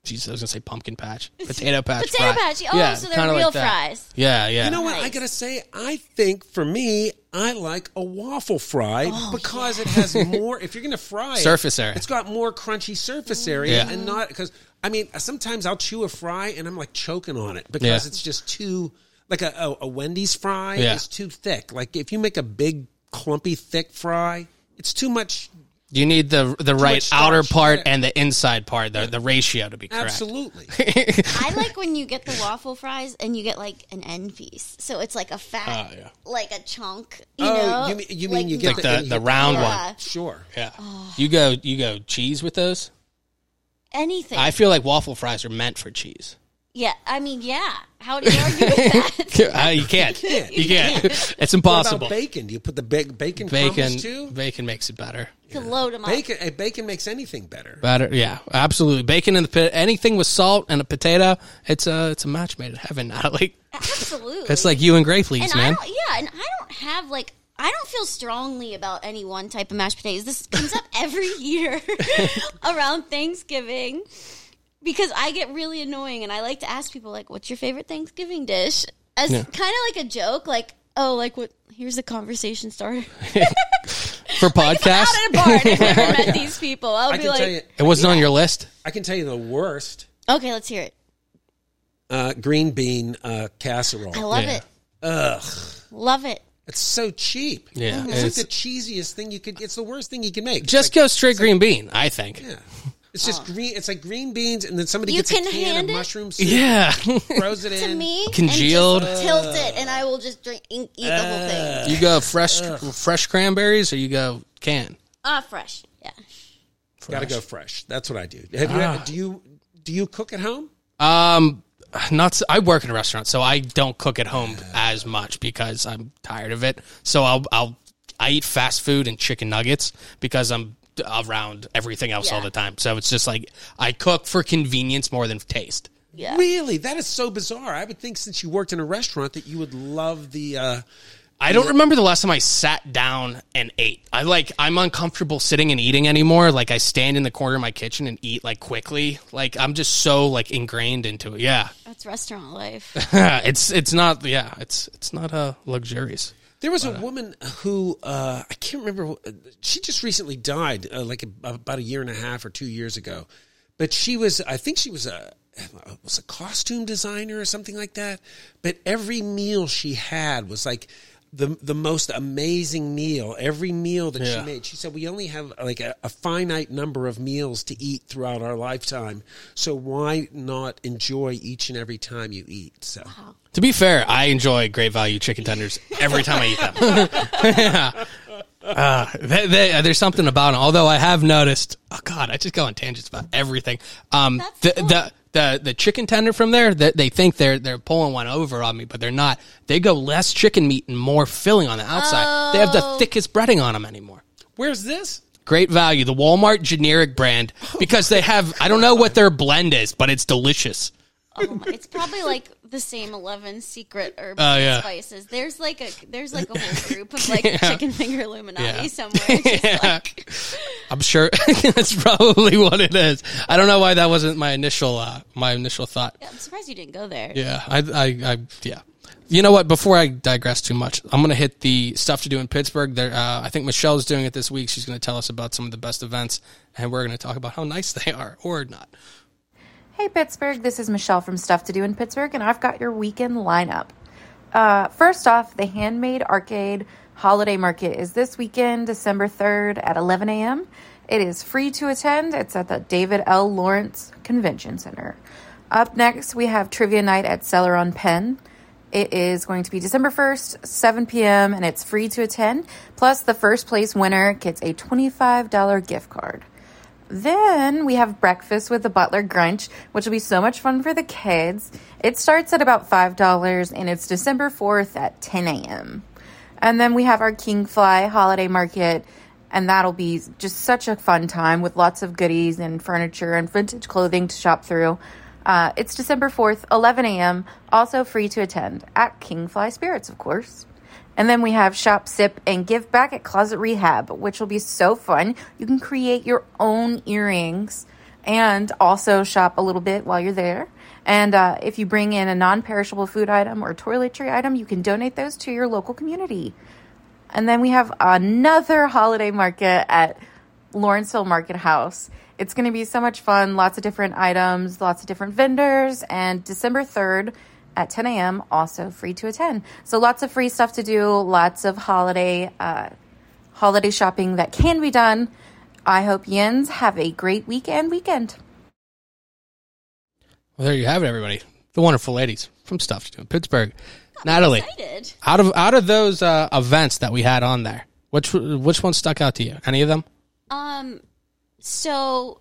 Speaker 1: Jesus, I was gonna say pumpkin patch, potato patch, fry.
Speaker 2: Potato patch. Oh, so they're
Speaker 1: kinda
Speaker 2: real
Speaker 1: that.
Speaker 2: fries.
Speaker 1: Yeah, yeah.
Speaker 3: You know what? I
Speaker 2: Nice.
Speaker 3: gotta say, I think for me, I like a waffle
Speaker 2: Oh,
Speaker 3: fry because it has more. If you're gonna fry it,
Speaker 1: Surface area.
Speaker 3: it's got more crunchy
Speaker 2: Mm.
Speaker 3: surface area,
Speaker 1: Yeah.
Speaker 3: and not because I mean sometimes I'll chew a fry and I'm like choking on it because
Speaker 1: Yeah.
Speaker 3: it's just too like a, a, a Wendy's fry
Speaker 1: Yeah.
Speaker 3: is too thick. Like if you make a big clumpy thick fry, it's too much.
Speaker 1: You need the the right
Speaker 3: much
Speaker 1: outer
Speaker 3: starch.
Speaker 1: part
Speaker 3: Yeah.
Speaker 1: and the inside part, the, the ratio to be correct.
Speaker 3: Absolutely,
Speaker 2: I like when you get the waffle fries and you get like an end piece, so it's like a fat,
Speaker 1: Oh, yeah.
Speaker 2: like a chunk. You
Speaker 3: Oh,
Speaker 2: know,
Speaker 3: you mean- you mean you get
Speaker 1: Like
Speaker 3: the-
Speaker 1: the, the round
Speaker 2: Yeah.
Speaker 1: one.
Speaker 3: sure.
Speaker 1: Yeah. You go you go cheese with those?
Speaker 2: anything?
Speaker 1: I feel like waffle fries are meant for cheese.
Speaker 2: yeah, I mean, yeah. How do you argue with that?
Speaker 1: Uh, you can't. You can't. It's impossible.
Speaker 3: What about bacon? Do you put the ba-
Speaker 1: Bacon
Speaker 3: bacon crumbles too?
Speaker 1: bacon makes it better.
Speaker 2: You can load them up.
Speaker 3: Bacon, eh, bacon makes anything better.
Speaker 1: Better, yeah, absolutely. Bacon and the pit, anything with salt and a potato, it's a it's a match made in heaven. Natalie.
Speaker 2: Absolutely.
Speaker 1: It's like you and grape leaves,
Speaker 2: and
Speaker 1: man.
Speaker 2: I don't, yeah, and I don't have like I don't feel strongly about any one type of mashed potatoes. This comes up every year around Thanksgiving because I get really annoying and I like to ask people like, "What's your favorite Thanksgiving dish?" as kind of like a joke, like, "Oh, like what?" Here's a conversation starter.
Speaker 1: For podcast,
Speaker 2: Out at a bar, and I've never met these people. I'll
Speaker 3: I
Speaker 2: be
Speaker 3: can
Speaker 2: like,
Speaker 3: tell you,
Speaker 1: it wasn't on your list.
Speaker 3: I can tell you the worst
Speaker 2: "Okay, let's hear it.
Speaker 3: uh, green bean uh, casserole.
Speaker 2: I love
Speaker 1: Yeah.
Speaker 2: it. Ugh, love it."
Speaker 3: it's so cheap. Oh,
Speaker 1: Yeah,
Speaker 3: it's,
Speaker 1: it's-
Speaker 3: like the cheesiest thing you could. It's the worst thing you can make.
Speaker 1: Just go straight green bean. I think.
Speaker 3: yeah. it's just green. It's like green beans, and then somebody
Speaker 2: Oh. You
Speaker 3: gets
Speaker 2: can
Speaker 3: a can
Speaker 2: hand
Speaker 3: of
Speaker 2: it?
Speaker 3: mushroom soup,
Speaker 1: Yeah,
Speaker 3: throws it
Speaker 2: To
Speaker 3: in.
Speaker 2: me, and just
Speaker 1: Congealed.
Speaker 2: tilt it, and I will just drink, eat the whole thing.
Speaker 1: you go fresh fresh cranberries, or you go can.
Speaker 2: Ah, fresh. Yeah.
Speaker 3: Got to go fresh. That's what I do. Have
Speaker 1: Ah.
Speaker 3: you? do you? Do you cook at home?
Speaker 1: Um, not s I I work in a restaurant, so I don't cook at home as much because I'm tired of it. So I'll I'll I eat fast food and chicken nuggets because I'm d- around everything else all
Speaker 2: Yeah.
Speaker 1: the time. So it's just like I cook for convenience more than taste.
Speaker 2: Yeah.
Speaker 3: Really? That is so bizarre. I would think since you worked in a restaurant that you would love the. Uh,
Speaker 1: I don't remember the last time I sat down and ate. I like I'm uncomfortable sitting and eating anymore. Like I stand in the corner of my kitchen and eat like quickly. Like I'm just so like ingrained into it. Yeah.
Speaker 2: That's restaurant life.
Speaker 1: it's it's not yeah, it's it's not uh luxurious.
Speaker 3: There was a woman who uh, I can't remember. wh- She just recently died, uh, like a, about a year and a half or two years ago. But she was, I think she was a was a costume designer or something like that. But every meal she had was like the the most amazing meal. Every meal that
Speaker 1: Yeah.
Speaker 3: she made, she said, we only have like a, a finite number of meals to eat throughout our lifetime. So why not enjoy each and every time you eat? So
Speaker 1: To be fair, I enjoy great value chicken tenders every time I eat them. Yeah. Uh, they- they- there's something about them. Although I have noticed, oh god, I just go on tangents about everything. Um,
Speaker 2: That's
Speaker 1: the,
Speaker 2: fun.
Speaker 1: the the the chicken tender from there, that they think they're they're pulling one over on me, but they're not. They go less chicken meat and more filling on the outside. They have the thickest breading on them anymore.
Speaker 3: where's this?
Speaker 1: Great value, the Walmart generic brand, because they have I don't know what their blend is, but it's delicious.
Speaker 2: Oh my, it's probably like the same eleven secret herbs
Speaker 1: Oh,
Speaker 2: and
Speaker 1: yeah.
Speaker 2: spices. There's like a there's like a whole group of like chicken finger Illuminati
Speaker 1: Yeah.
Speaker 2: somewhere. It's just like
Speaker 1: I'm sure that's probably what it is. I don't know why that wasn't my initial uh, my initial thought.
Speaker 2: I'm surprised you didn't go there.
Speaker 1: Yeah, I, I, I, yeah. You know what? Before I digress too much, I'm gonna hit the stuff to do in Pittsburgh. There, uh, I think Michelle's doing it this week. She's gonna tell us about some of the best events, and we're gonna talk about how nice they are or not.
Speaker 6: Hey Pittsburgh, this is Michelle from Stuff to Do in Pittsburgh, and I've got your weekend lineup. Uh, first off, the Handmade Arcade Holiday Market is this weekend, December 3rd at 11 a.m. It is free to attend. It's at the David L. Lawrence Convention Center. Up next, we have Trivia Night at Cellar on Penn. It is going to be December 1st, 7 p.m., and it's free to attend. Plus, the first place winner gets a $25 gift card. Then we have breakfast with the Butler Grunch, which will be so much fun for the kids. It starts at about $5 and it's December 4th at 10 a.m. And then we have our Kingfly holiday market, and that'll be just such a fun time with lots of goodies and furniture and vintage clothing to shop through. Uh, it's December 4th, 11 a.m., also free to attend at Kingfly Spirits, of course. And then we have Shop, Sip, and Give Back at Closet Rehab, which will be so fun. You can create your own earrings and also shop a little bit while you're there. And uh, if you bring in a non perishable food item or toiletry item, you can donate those to your local community. And then we have another holiday market at Lawrenceville Market House. It's going to be so much fun. Lots of different items, lots of different vendors, and December 3rd at 10 a.m., also free to attend. So lots of free stuff to do, lots of holiday uh, holiday shopping that can be done. I hope yins have a great weekend weekend.
Speaker 1: Well, there you have it, everybody. The wonderful ladies from Stuff to Do in Pittsburgh. Natalie,
Speaker 2: I did.
Speaker 1: out of out of those uh, events that we had on there, which which one stuck out to you? Any of them?
Speaker 2: Um, so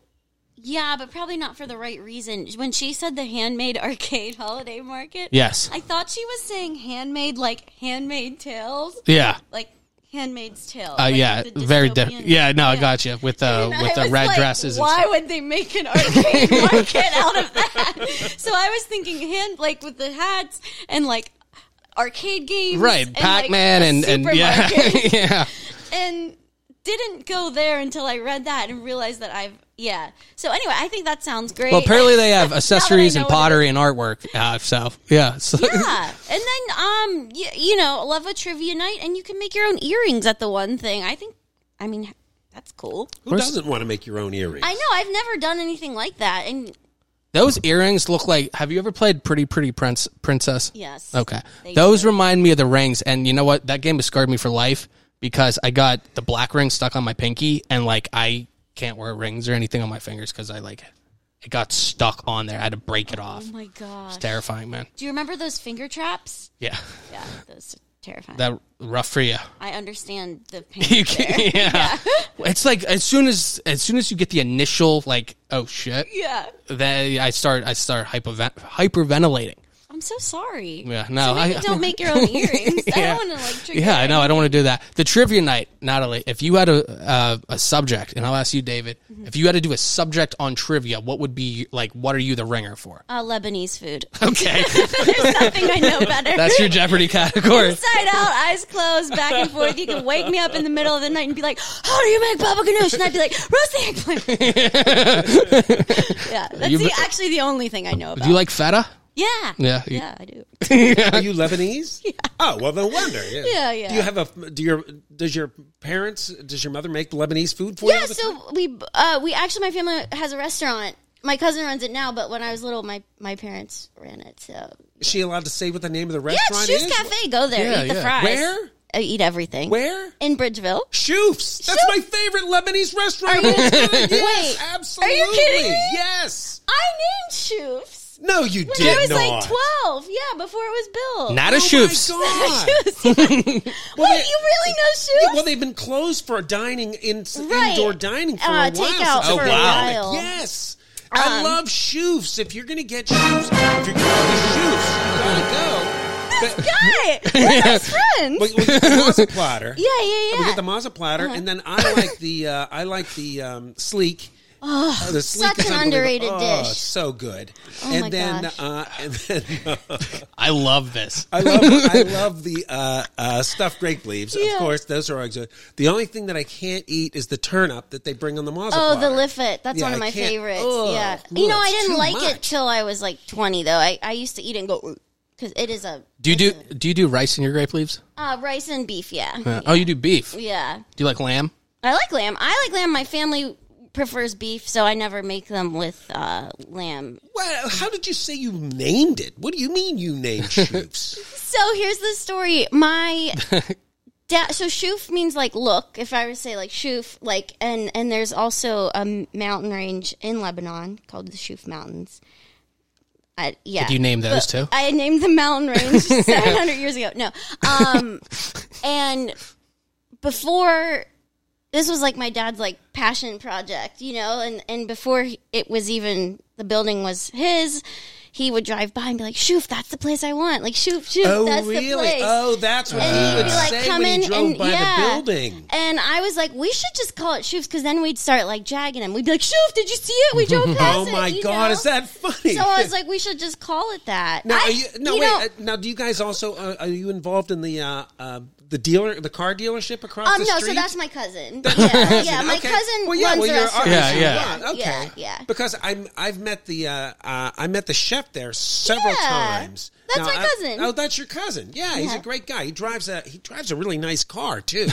Speaker 2: yeah, but probably not for the right reason. When she said the handmade arcade holiday market,
Speaker 1: Yes.
Speaker 2: I thought she was saying handmade like handmade tales,
Speaker 1: Yeah.
Speaker 2: like handmaid's tale.
Speaker 1: Uh,
Speaker 2: like
Speaker 1: yeah,
Speaker 2: the
Speaker 1: very
Speaker 2: dystopian-
Speaker 1: different. Yeah, no, I got you with the
Speaker 2: And
Speaker 1: uh, with
Speaker 2: I
Speaker 1: the
Speaker 2: was
Speaker 1: red
Speaker 2: like,
Speaker 1: dresses. and
Speaker 2: Why
Speaker 1: stuff.
Speaker 2: would they make an arcade market out of that? So I was thinking hand like with the hats and like arcade games,
Speaker 1: right?
Speaker 2: and, like,
Speaker 1: Pac Man
Speaker 2: a
Speaker 1: and, and yeah,
Speaker 2: supermarket.
Speaker 1: yeah.
Speaker 2: and didn't go there until I read that and realized that I've yeah. So anyway, I think that sounds great.
Speaker 1: Well, apparently they have accessories
Speaker 2: know
Speaker 1: and
Speaker 2: what it
Speaker 1: pottery and artwork. Uh, so yeah, so,
Speaker 2: yeah, and then um, you, you know, love a trivia night, and you can make your own earrings at the one thing. I think, I mean, that's cool.
Speaker 3: Who doesn't want to make your own earrings?
Speaker 2: I know I've never done anything like that, and
Speaker 1: those earrings look like. Have you ever played Pretty Pretty Prince Princess?
Speaker 2: yes,
Speaker 1: Okay,
Speaker 2: They
Speaker 1: those
Speaker 2: do.
Speaker 1: remind me of the rings, and you know what? That game has scarred me for life because I got the black ring stuck on my pinky, and like I can't wear rings or anything on my fingers because I like it got stuck on there. I had to break it off.
Speaker 2: Oh my gosh!
Speaker 1: It's terrifying, man.
Speaker 2: Do you remember those finger traps?
Speaker 1: Yeah,
Speaker 2: Yeah, those are terrifying.
Speaker 1: that rough for you.
Speaker 2: I understand the
Speaker 1: You
Speaker 2: pain.
Speaker 1: can, yeah. It's like as soon as as soon as you get the initial like oh shit,
Speaker 2: yeah,
Speaker 1: then I start I start hypervent- hyperventilating.
Speaker 2: I'm so sorry.
Speaker 1: Yeah, no,
Speaker 2: So maybe
Speaker 1: I-
Speaker 2: don't make your own earrings. I don't want to like. Trigger
Speaker 1: Yeah, I know. I don't want to do that. The trivia night, Natalie. If you had a uh, a subject, and I'll ask you, David, if you had to do a subject on trivia, what would be like? What are you the ringer for?
Speaker 2: Uh, Lebanese food.
Speaker 1: Okay,
Speaker 2: There's nothing I know better.
Speaker 1: that's your Jeopardy category.
Speaker 2: Inside out, eyes closed, back and forth. You can wake me up in the middle of the night and be like, "How do you make baba ganoush?" And I'd be like, "Roast the eggplant." yeah, that's
Speaker 1: You
Speaker 2: the,
Speaker 1: be-
Speaker 2: actually the only thing I know about.
Speaker 1: Do you like feta?
Speaker 2: yeah,
Speaker 1: Yeah, you-
Speaker 2: yeah, I do.
Speaker 3: Are you Lebanese? Oh well, no wonder. Yeah.
Speaker 2: Yeah, yeah.
Speaker 3: Do you have a? Do your does your parents? Does your mother make Lebanese food for you?
Speaker 2: Yeah,
Speaker 3: all the time?
Speaker 2: so we uh, we actually my family has a restaurant. My cousin runs it now, but when I was little, my my parents ran it. So
Speaker 3: Is she allowed to say what the name of the
Speaker 2: yeah, it's
Speaker 3: restaurant
Speaker 2: Shoes
Speaker 3: is?
Speaker 2: Cafe. Go there,
Speaker 1: Yeah,
Speaker 2: eat the
Speaker 1: yeah.
Speaker 2: fries.
Speaker 3: Where?
Speaker 2: I eat everything.
Speaker 3: Where?
Speaker 2: In Bridgeville.
Speaker 3: Shoof's. That's
Speaker 2: Shoof's?
Speaker 3: my favorite Lebanese restaurant.
Speaker 2: Are you-
Speaker 3: of all time. yes,
Speaker 2: Wait.
Speaker 3: absolutely.
Speaker 2: Are you kidding me?
Speaker 3: Yes.
Speaker 2: I named Shoof's
Speaker 3: No, you
Speaker 2: when
Speaker 3: did
Speaker 2: I was
Speaker 3: not.
Speaker 2: like 12. Yeah, before it was built.
Speaker 1: Not a
Speaker 3: Oh
Speaker 1: Shoof's.
Speaker 3: My God.
Speaker 2: Wait,
Speaker 3: they-
Speaker 2: you really know Shoof's?
Speaker 3: Yeah, well, they've been closed for dining in
Speaker 2: Right.
Speaker 3: indoor dining for
Speaker 2: Uh,
Speaker 3: a while.
Speaker 2: takeout
Speaker 3: since
Speaker 2: for
Speaker 3: the
Speaker 2: a
Speaker 3: pandemic.
Speaker 2: while.
Speaker 3: Yes, I
Speaker 2: Um,
Speaker 3: love shoofs. If you're gonna get shoofs, if you're gonna get shoofs, you gotta go. But-
Speaker 2: Guy, we're best friends.
Speaker 3: But we get the mozza platter.
Speaker 2: yeah, yeah, yeah. Uh-huh.
Speaker 3: We get the mozza platter, and then I like the uh, I like the um, sleek. Oh, the sleek
Speaker 2: such
Speaker 3: is
Speaker 2: an
Speaker 3: unbelievable.
Speaker 2: underrated
Speaker 3: Oh,
Speaker 2: dish.
Speaker 3: So good.
Speaker 2: Oh
Speaker 3: and
Speaker 2: my
Speaker 3: then
Speaker 2: gosh.
Speaker 3: Uh, and then uh,
Speaker 1: I love this.
Speaker 3: I love I love the uh, uh, stuffed grape leaves. Of
Speaker 2: Yeah.
Speaker 3: course, those are always good. The only thing that I can't eat is the turnip that they bring on the mozza.
Speaker 2: Oh, the
Speaker 3: platter.
Speaker 2: Liffet. That's
Speaker 3: Yeah,
Speaker 2: one of
Speaker 3: I
Speaker 2: my
Speaker 3: can't-
Speaker 2: favorites.
Speaker 3: Ugh,
Speaker 2: yeah.
Speaker 3: no,
Speaker 2: you know, I
Speaker 3: it's
Speaker 2: didn't
Speaker 3: too
Speaker 2: like it
Speaker 3: much.
Speaker 2: till I was like 20, though. I, I used to eat it and go, because it is a.
Speaker 1: Do you do
Speaker 2: it's
Speaker 1: do you do rice in your grape leaves?
Speaker 2: a- uh, rice and beef, yeah.
Speaker 1: Uh, oh, you do beef.
Speaker 2: Yeah.
Speaker 1: Do you like lamb?
Speaker 2: I like lamb. I like lamb. My family prefers beef, so I never make them with uh, lamb.
Speaker 3: Well, how did you say you named it? What do you mean you named shoofs?
Speaker 2: So here's the story. My dad. So shoof means like look. If I were to say like shoof, like and and there's also a m- mountain range in Lebanon called the Shoof Mountains. I, yeah.
Speaker 1: Did you name those too?
Speaker 2: I named the mountain range 700 years ago. No. Um, and before this was like my dad's like passion project, you know, and and before he- it was even the building was his, he would drive by and be like, "Shoof, that's the place I want." Like, "Shoof, shoof, that's the place."
Speaker 3: Oh, that's what
Speaker 2: And
Speaker 3: he
Speaker 2: he'd
Speaker 3: would
Speaker 2: be like,
Speaker 3: say
Speaker 2: come
Speaker 3: when
Speaker 2: in
Speaker 3: he drove
Speaker 2: and
Speaker 3: by
Speaker 2: yeah.
Speaker 3: the building.
Speaker 2: And I was like, we should just call it Shoof's because then we'd start like jagging him. We'd be like, Shoof, did you see it? We drove past
Speaker 3: Oh
Speaker 2: it,"
Speaker 3: my
Speaker 2: you
Speaker 3: God,
Speaker 2: know?
Speaker 3: is that funny?
Speaker 2: So I was like, we should just call it that.
Speaker 3: now,
Speaker 2: I-
Speaker 3: are you, no,
Speaker 2: you
Speaker 3: wait.
Speaker 2: know-
Speaker 3: uh, now, do you guys also uh, are you involved in the uh, uh, the dealer, the car dealership across
Speaker 2: Um,
Speaker 3: the
Speaker 2: no, so
Speaker 3: street?
Speaker 2: that's my cousin. yeah, yeah, my
Speaker 3: Okay.
Speaker 2: cousin
Speaker 3: Well, yeah,
Speaker 2: runs the
Speaker 3: well, you're
Speaker 2: restaurant.
Speaker 3: already-
Speaker 1: Yeah, yeah.
Speaker 3: Okay.
Speaker 2: yeah, yeah.
Speaker 3: Because I'm I've met the uh, uh, I met the chef there several
Speaker 2: Yeah.
Speaker 3: times.
Speaker 2: That's my
Speaker 3: I-
Speaker 2: cousin.
Speaker 3: oh, that's your cousin. Yeah, he's
Speaker 2: Yeah.
Speaker 3: a great guy. He drives a he drives a really nice car too.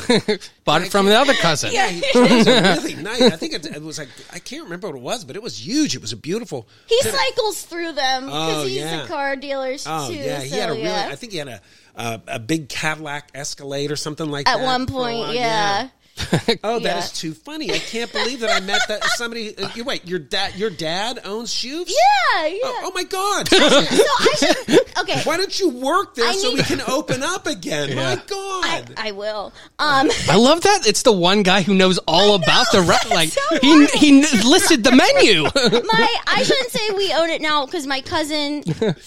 Speaker 1: Bought it from the other cousin.
Speaker 3: yeah, he drives a really nice. I think it, it was like I can't remember what it was, but it was huge. It was a beautiful.
Speaker 2: He cycles through them because
Speaker 3: Oh,
Speaker 2: he's
Speaker 3: yeah.
Speaker 2: a car dealer
Speaker 3: Oh
Speaker 2: too.
Speaker 3: yeah, he
Speaker 2: so
Speaker 3: had a really.
Speaker 2: yeah.
Speaker 3: I think he had a a, a big Cadillac Escalade or something like
Speaker 2: at
Speaker 3: that.
Speaker 2: one
Speaker 3: for a
Speaker 2: point,
Speaker 3: while.
Speaker 2: yeah.
Speaker 3: Oh, that
Speaker 2: Yeah.
Speaker 3: is too funny! I can't believe that I met that somebody. Uh, you wait, your dad, your dad owns shoes.
Speaker 2: yeah, yeah,
Speaker 3: Oh, oh my God!
Speaker 2: So I should. Okay,
Speaker 3: Why don't you work there
Speaker 2: I
Speaker 3: so we
Speaker 2: need-
Speaker 3: can open up again?
Speaker 1: Yeah.
Speaker 3: My God!
Speaker 2: I, I will. Um,
Speaker 1: I love that. It's the one guy who knows all about the re- like
Speaker 2: so
Speaker 1: he he listed the menu.
Speaker 2: my I shouldn't say we own it now because my cousin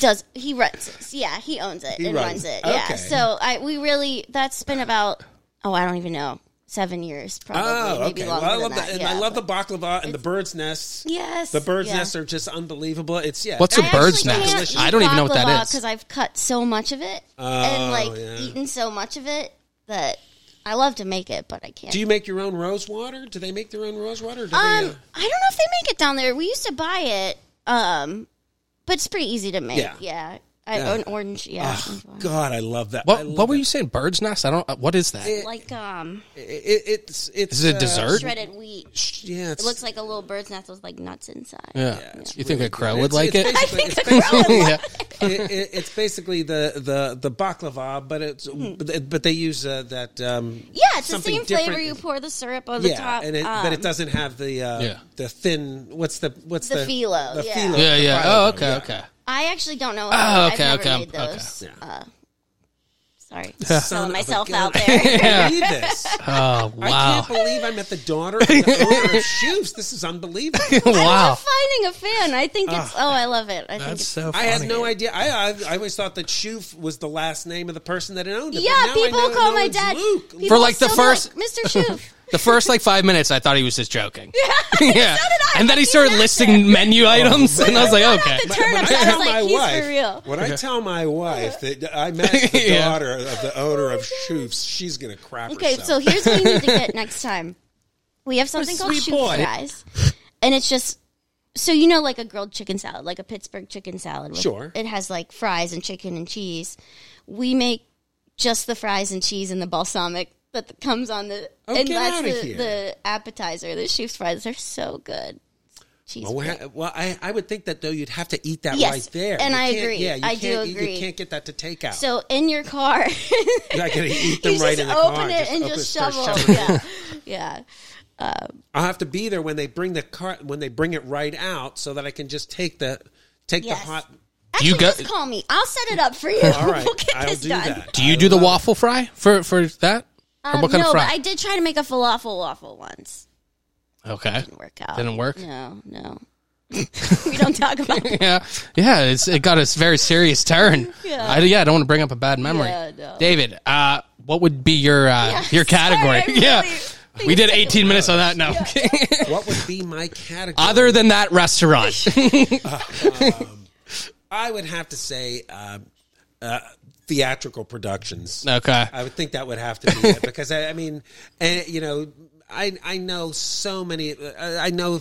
Speaker 2: does he runs it. Yeah, he owns it and runs
Speaker 3: runs it.
Speaker 2: it.
Speaker 3: Okay.
Speaker 2: Yeah. So I we really that's been about oh I don't even know seven years probably
Speaker 3: Oh,
Speaker 2: maybe
Speaker 3: okay. Well,
Speaker 2: longer
Speaker 3: I love
Speaker 2: than that.
Speaker 3: that, and
Speaker 2: yeah,
Speaker 3: I love
Speaker 2: but-
Speaker 3: the baklava and the bird's nests.
Speaker 2: yes
Speaker 3: The bird's
Speaker 2: yeah.
Speaker 3: nests are just unbelievable. It's yeah.
Speaker 1: What's
Speaker 3: it's
Speaker 1: a bird's nest? I don't even know what that is.
Speaker 2: because I've cut so much of it
Speaker 3: Oh,
Speaker 2: and like
Speaker 3: yeah.
Speaker 2: eaten so much of it that I love to make it, but I can't.
Speaker 3: Do you make your own rose water? Do they make their own rose water? Or do
Speaker 2: um, I
Speaker 3: they, uh,
Speaker 2: don't know if they make it down there. We used to buy it, um, but it's pretty easy to make.
Speaker 3: Yeah.
Speaker 2: Yeah, I
Speaker 3: Yeah.
Speaker 2: own orange. Yeah, orange one.
Speaker 3: uh, God, I love that. I
Speaker 1: what
Speaker 3: love
Speaker 1: what were
Speaker 3: that.
Speaker 1: you saying? Bird's nest? I don't. uh, What is that? Is
Speaker 2: like um
Speaker 3: It, it's it's
Speaker 1: it a
Speaker 3: uh,
Speaker 1: dessert?
Speaker 2: shredded wheat.
Speaker 3: Yeah, it's,
Speaker 2: It looks like a little bird's nest with like nuts inside.
Speaker 1: yeah. You think a crow
Speaker 3: good.
Speaker 1: would like
Speaker 3: It's- it's
Speaker 1: it?
Speaker 3: basically- it's basically- it- it- It's basically the the the baklava, but it's but they- but they use uh, that. Um,
Speaker 2: Mm-hmm. Yeah, it's
Speaker 3: something
Speaker 2: the same flavor.
Speaker 3: different.
Speaker 2: You pour the syrup on the
Speaker 3: yeah,
Speaker 2: top,
Speaker 3: and it, but
Speaker 2: um,
Speaker 3: it doesn't have the uh,
Speaker 1: Yeah.
Speaker 3: the thin. What's the what's the,
Speaker 2: The phyllo,
Speaker 3: The
Speaker 2: yeah.
Speaker 3: phyllo,
Speaker 1: Yeah,
Speaker 3: the
Speaker 1: yeah.
Speaker 3: phyllo,
Speaker 1: Oh, okay,
Speaker 3: yeah.
Speaker 1: okay.
Speaker 2: I actually don't know.
Speaker 1: Oh,
Speaker 2: I've
Speaker 1: okay,
Speaker 2: never
Speaker 1: okay,
Speaker 2: made
Speaker 1: okay.
Speaker 2: those.
Speaker 3: Yeah.
Speaker 2: Uh, sorry,
Speaker 3: Son of
Speaker 2: selling
Speaker 3: a
Speaker 2: myself
Speaker 3: gun.
Speaker 2: out there.
Speaker 3: I can't believe this.
Speaker 1: Oh
Speaker 3: I
Speaker 1: wow,
Speaker 3: can't believe I met the daughter and the owner of shoes. This is unbelievable.
Speaker 2: I'm
Speaker 1: wow.
Speaker 2: finding a fan. I think it's.
Speaker 3: Ah,
Speaker 2: Oh, I love it. I think
Speaker 1: That's
Speaker 2: it's,
Speaker 1: so.
Speaker 3: I
Speaker 1: Funny.
Speaker 3: had no idea. I, I I always thought that Shoof was the last name of the person that owned it. but
Speaker 2: Yeah,
Speaker 3: now I
Speaker 2: people
Speaker 3: know-
Speaker 2: call
Speaker 3: know
Speaker 2: my
Speaker 3: it's
Speaker 2: dad
Speaker 3: Luke.
Speaker 2: people
Speaker 1: For, like, the
Speaker 2: still be
Speaker 1: first-
Speaker 2: Mr. Shoof.
Speaker 1: The first like five minutes, I thought he was just joking. Yeah,
Speaker 2: I.
Speaker 1: and then he
Speaker 2: He's
Speaker 1: started
Speaker 2: not
Speaker 1: listing menu items, and I was like,
Speaker 2: Not
Speaker 1: okay.
Speaker 2: at the turnips. I was like, he's for real.
Speaker 3: When I tell my wife that I met the
Speaker 1: Yeah.
Speaker 3: daughter of the owner of Shoof's, she's gonna crap
Speaker 2: Okay,
Speaker 3: herself.
Speaker 2: so here's what you need to get next time. We have something called
Speaker 3: sweet
Speaker 2: shoot
Speaker 3: boy.
Speaker 2: fries, and it's just so you know, like a grilled chicken salad, like a Pittsburgh chicken salad. with-
Speaker 3: Sure.
Speaker 2: it has like fries and chicken and cheese. We make just the fries and cheese and the balsamic that th- comes on the
Speaker 3: Oh,
Speaker 2: and
Speaker 3: get
Speaker 2: that's
Speaker 3: outta
Speaker 2: the,
Speaker 3: here.
Speaker 2: the appetizer. The shoot fries are so good. cheese.
Speaker 3: Well,
Speaker 2: plate.
Speaker 3: ha- well I, I would think that though you'd have to eat that
Speaker 2: Yes,
Speaker 3: right there.
Speaker 2: and
Speaker 3: You
Speaker 2: I
Speaker 3: can't-
Speaker 2: agree.
Speaker 3: Yeah, you
Speaker 2: I do
Speaker 3: can't, you-
Speaker 2: agree.
Speaker 3: You can't get that to take out.
Speaker 2: So in your car,
Speaker 3: you're not going to eat them
Speaker 2: you
Speaker 3: right
Speaker 2: just
Speaker 3: in the
Speaker 2: open
Speaker 3: car.
Speaker 2: it and
Speaker 3: open-
Speaker 2: just
Speaker 3: start
Speaker 2: shovel.
Speaker 3: shoveling.
Speaker 2: yeah, yeah.
Speaker 3: I'll have to be there when they bring the car when they bring it right out so that I can just take the take
Speaker 2: Yes.
Speaker 3: the hot.
Speaker 2: Actually,
Speaker 1: go-
Speaker 2: just call me. I'll set it up for you.
Speaker 3: All right,
Speaker 2: we'll get
Speaker 3: I'll
Speaker 2: this
Speaker 3: do
Speaker 2: done.
Speaker 3: that.
Speaker 1: Do you do the waffle fry for for that? Or
Speaker 2: Um,
Speaker 1: what kind
Speaker 2: no,
Speaker 1: of fry?
Speaker 2: but I did try to make a falafel waffle once.
Speaker 1: okay.
Speaker 2: Didn't work out.
Speaker 1: Didn't work?
Speaker 2: No, no. we don't talk about that.
Speaker 1: Yeah, yeah. It's it got a very serious turn. Yeah, I, yeah. I don't want to bring up a bad memory.
Speaker 2: Yeah, no.
Speaker 1: David, uh, what would be your uh, your category?
Speaker 2: sorry, I
Speaker 1: yeah,
Speaker 2: really-
Speaker 1: we did 18 minutes on that. No,
Speaker 3: What would be my category?
Speaker 1: other than that restaurant.
Speaker 3: I would have to say um, uh, theatrical productions.
Speaker 1: okay,
Speaker 3: I would think that would have to be it because I, I mean, and, you know, I I know so many. uh, I, I know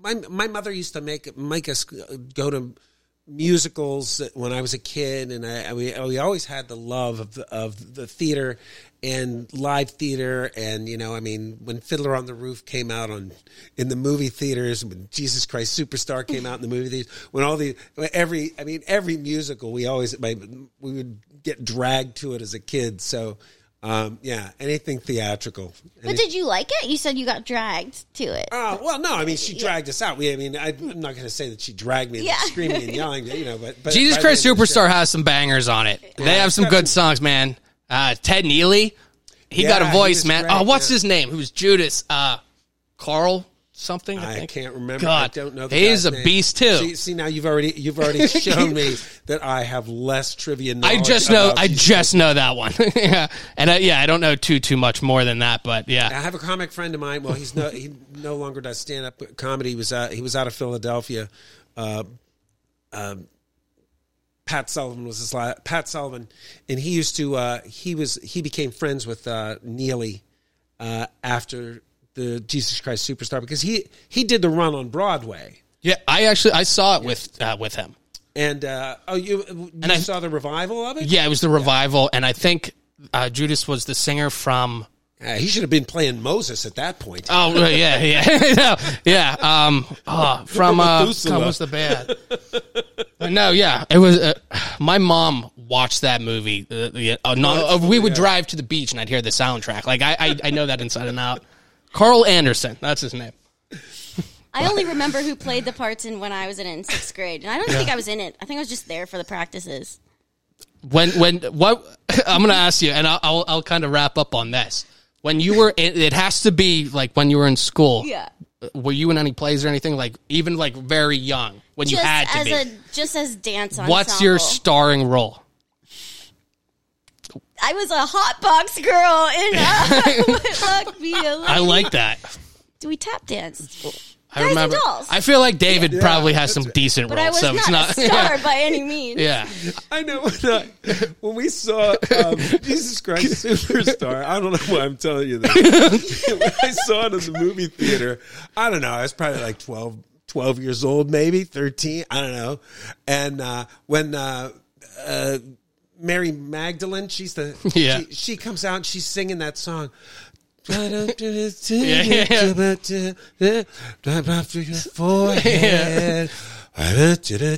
Speaker 3: my my mother used to make make us go to musicals when I was a kid, and I, I we, we always had the love of the, of the theater and live theater, and you know, I mean, when Fiddler on the Roof came out on in the movie theaters, when Jesus Christ Superstar came out in the movie theaters, when all the when every I mean every musical, we always my, we would get dragged to it as a kid, so. Um, yeah, anything theatrical.
Speaker 2: But did you like it? You said you got dragged to it.
Speaker 3: Uh, well, no, I mean, she dragged us out. We, I mean, I, I'm not going to say that she dragged me and
Speaker 2: Yeah.
Speaker 3: screaming and yelling, you know, but, but
Speaker 1: Jesus
Speaker 3: by
Speaker 1: Christ
Speaker 3: the end of the
Speaker 1: Superstar has some bangers on it. They have some good songs, man. Uh, Ted Neely, he
Speaker 3: Yeah,
Speaker 1: got a
Speaker 3: he
Speaker 1: voice,
Speaker 3: was
Speaker 1: man.
Speaker 3: great,
Speaker 1: oh, what's
Speaker 3: yeah.
Speaker 1: his name? Who's Judas? Uh, Carl something.
Speaker 3: show-
Speaker 1: I,
Speaker 3: I
Speaker 1: think.
Speaker 3: can't remember.
Speaker 1: God,
Speaker 3: I don't know. the
Speaker 1: he's
Speaker 3: guy's
Speaker 1: a
Speaker 3: name.
Speaker 1: beast too.
Speaker 3: See, see, now you've already you've already shown me that I have less trivia.
Speaker 1: I
Speaker 3: Knowledge
Speaker 1: just know.
Speaker 3: about
Speaker 1: I
Speaker 3: Jesus
Speaker 1: just know that one. yeah, and I, yeah, I don't know too too much more than that, but yeah.
Speaker 3: I have a comic friend of mine. Well, he's no he no longer does stand up comedy. He was uh, he was out of Philadelphia. Uh, um, Pat Sullivan was his last, Pat Sullivan, and he used to uh, he was he became friends with uh, Neely uh, after the Jesus Christ Superstar because he he did the run on Broadway.
Speaker 1: Yeah, I actually I saw it with uh, with him.
Speaker 3: And uh, oh, you you
Speaker 1: I-
Speaker 3: saw the revival of it?
Speaker 1: Yeah, it was the revival, and I think uh, Judas was the singer from.
Speaker 3: Uh, he should have been playing Moses at that point.
Speaker 1: Oh well, yeah, yeah, no, yeah. Um, oh, from uh,
Speaker 3: Methuselah.
Speaker 1: God, what's the band? But no, yeah, it was. Uh, my mom watched that movie. Uh, yeah, uh, no, uh, we would drive to the beach, and I'd hear the soundtrack. Like I, I, I know that inside and out. Carl Anderson, that's his name.
Speaker 2: I only remember who played the parts in when I was in it in sixth grade, and I don't think I was in it. I think I was just there for the practices.
Speaker 1: when when what I'm gonna ask you, and I'll I'll, I'll kind of wrap up on this. When you were, in, it has to be like when you were in school. Uh,
Speaker 2: Yeah.
Speaker 1: Were you in any plays or anything like even like very young when
Speaker 2: Just
Speaker 1: you had to
Speaker 2: as
Speaker 1: be?
Speaker 2: a just as dance ensemble.
Speaker 1: What's your starring role?
Speaker 2: I was a hot box girl in uh, Look Me Alone.
Speaker 1: I like that.
Speaker 2: Do we tap dance?
Speaker 1: I
Speaker 2: Guys and
Speaker 1: remember.
Speaker 2: dolls.
Speaker 1: I feel like David probably has some decent
Speaker 2: But
Speaker 1: roles,
Speaker 2: I was
Speaker 1: so
Speaker 2: not,
Speaker 1: it's
Speaker 2: a
Speaker 1: not.
Speaker 2: star by any means.
Speaker 1: yeah.
Speaker 3: I know when, I, when we saw um, Jesus Christ Superstar. I don't know why I'm telling you this. when I saw it in the movie theater, I don't know. I was probably like 12, 12 years old, maybe thirteen. I don't know. And uh, when uh, uh, Mary Magdalene, she's the
Speaker 1: Yeah.
Speaker 3: she, she comes out and she's singing that song. You know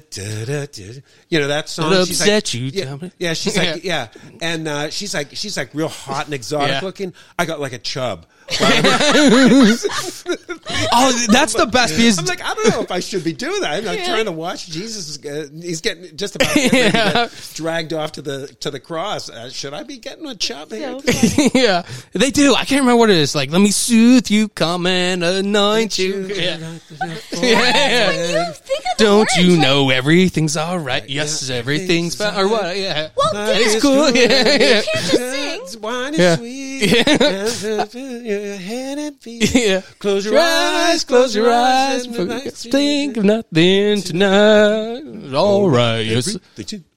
Speaker 3: that song.
Speaker 1: It'll
Speaker 3: she's
Speaker 1: upset
Speaker 3: like,
Speaker 1: you,
Speaker 3: Yeah,
Speaker 1: Tommy.
Speaker 3: yeah, she's like, yeah, and uh, she's like, she's like real hot and exotic
Speaker 1: Yeah.
Speaker 3: looking. I got like a chub.
Speaker 1: Oh, that's the best because
Speaker 3: I'm like, I don't know if I should be doing that. I'm like, trying to watch Jesus. Uh, he's getting just about everybody gets dragged off to the to the cross. Uh, should I be getting a chub here?
Speaker 1: yeah, they do. I can't remember what it is. Like, let me soothe you, come and anoint you. Yeah. Yeah.
Speaker 2: You think of the
Speaker 1: Don't
Speaker 2: words,
Speaker 1: you
Speaker 2: like,
Speaker 1: know everything's all right? Yes, everything's fine. Or what? Yeah.
Speaker 2: Well, damn,
Speaker 1: it's cool. Yeah.
Speaker 2: You can't just
Speaker 3: It's
Speaker 2: sing.
Speaker 3: wine is
Speaker 1: Yeah.
Speaker 3: sweet. And your head and feet.
Speaker 1: yeah.
Speaker 3: Close your eyes, close your eyes.
Speaker 1: For-
Speaker 3: and the night-
Speaker 1: Think of nothing tonight. All right. Yes.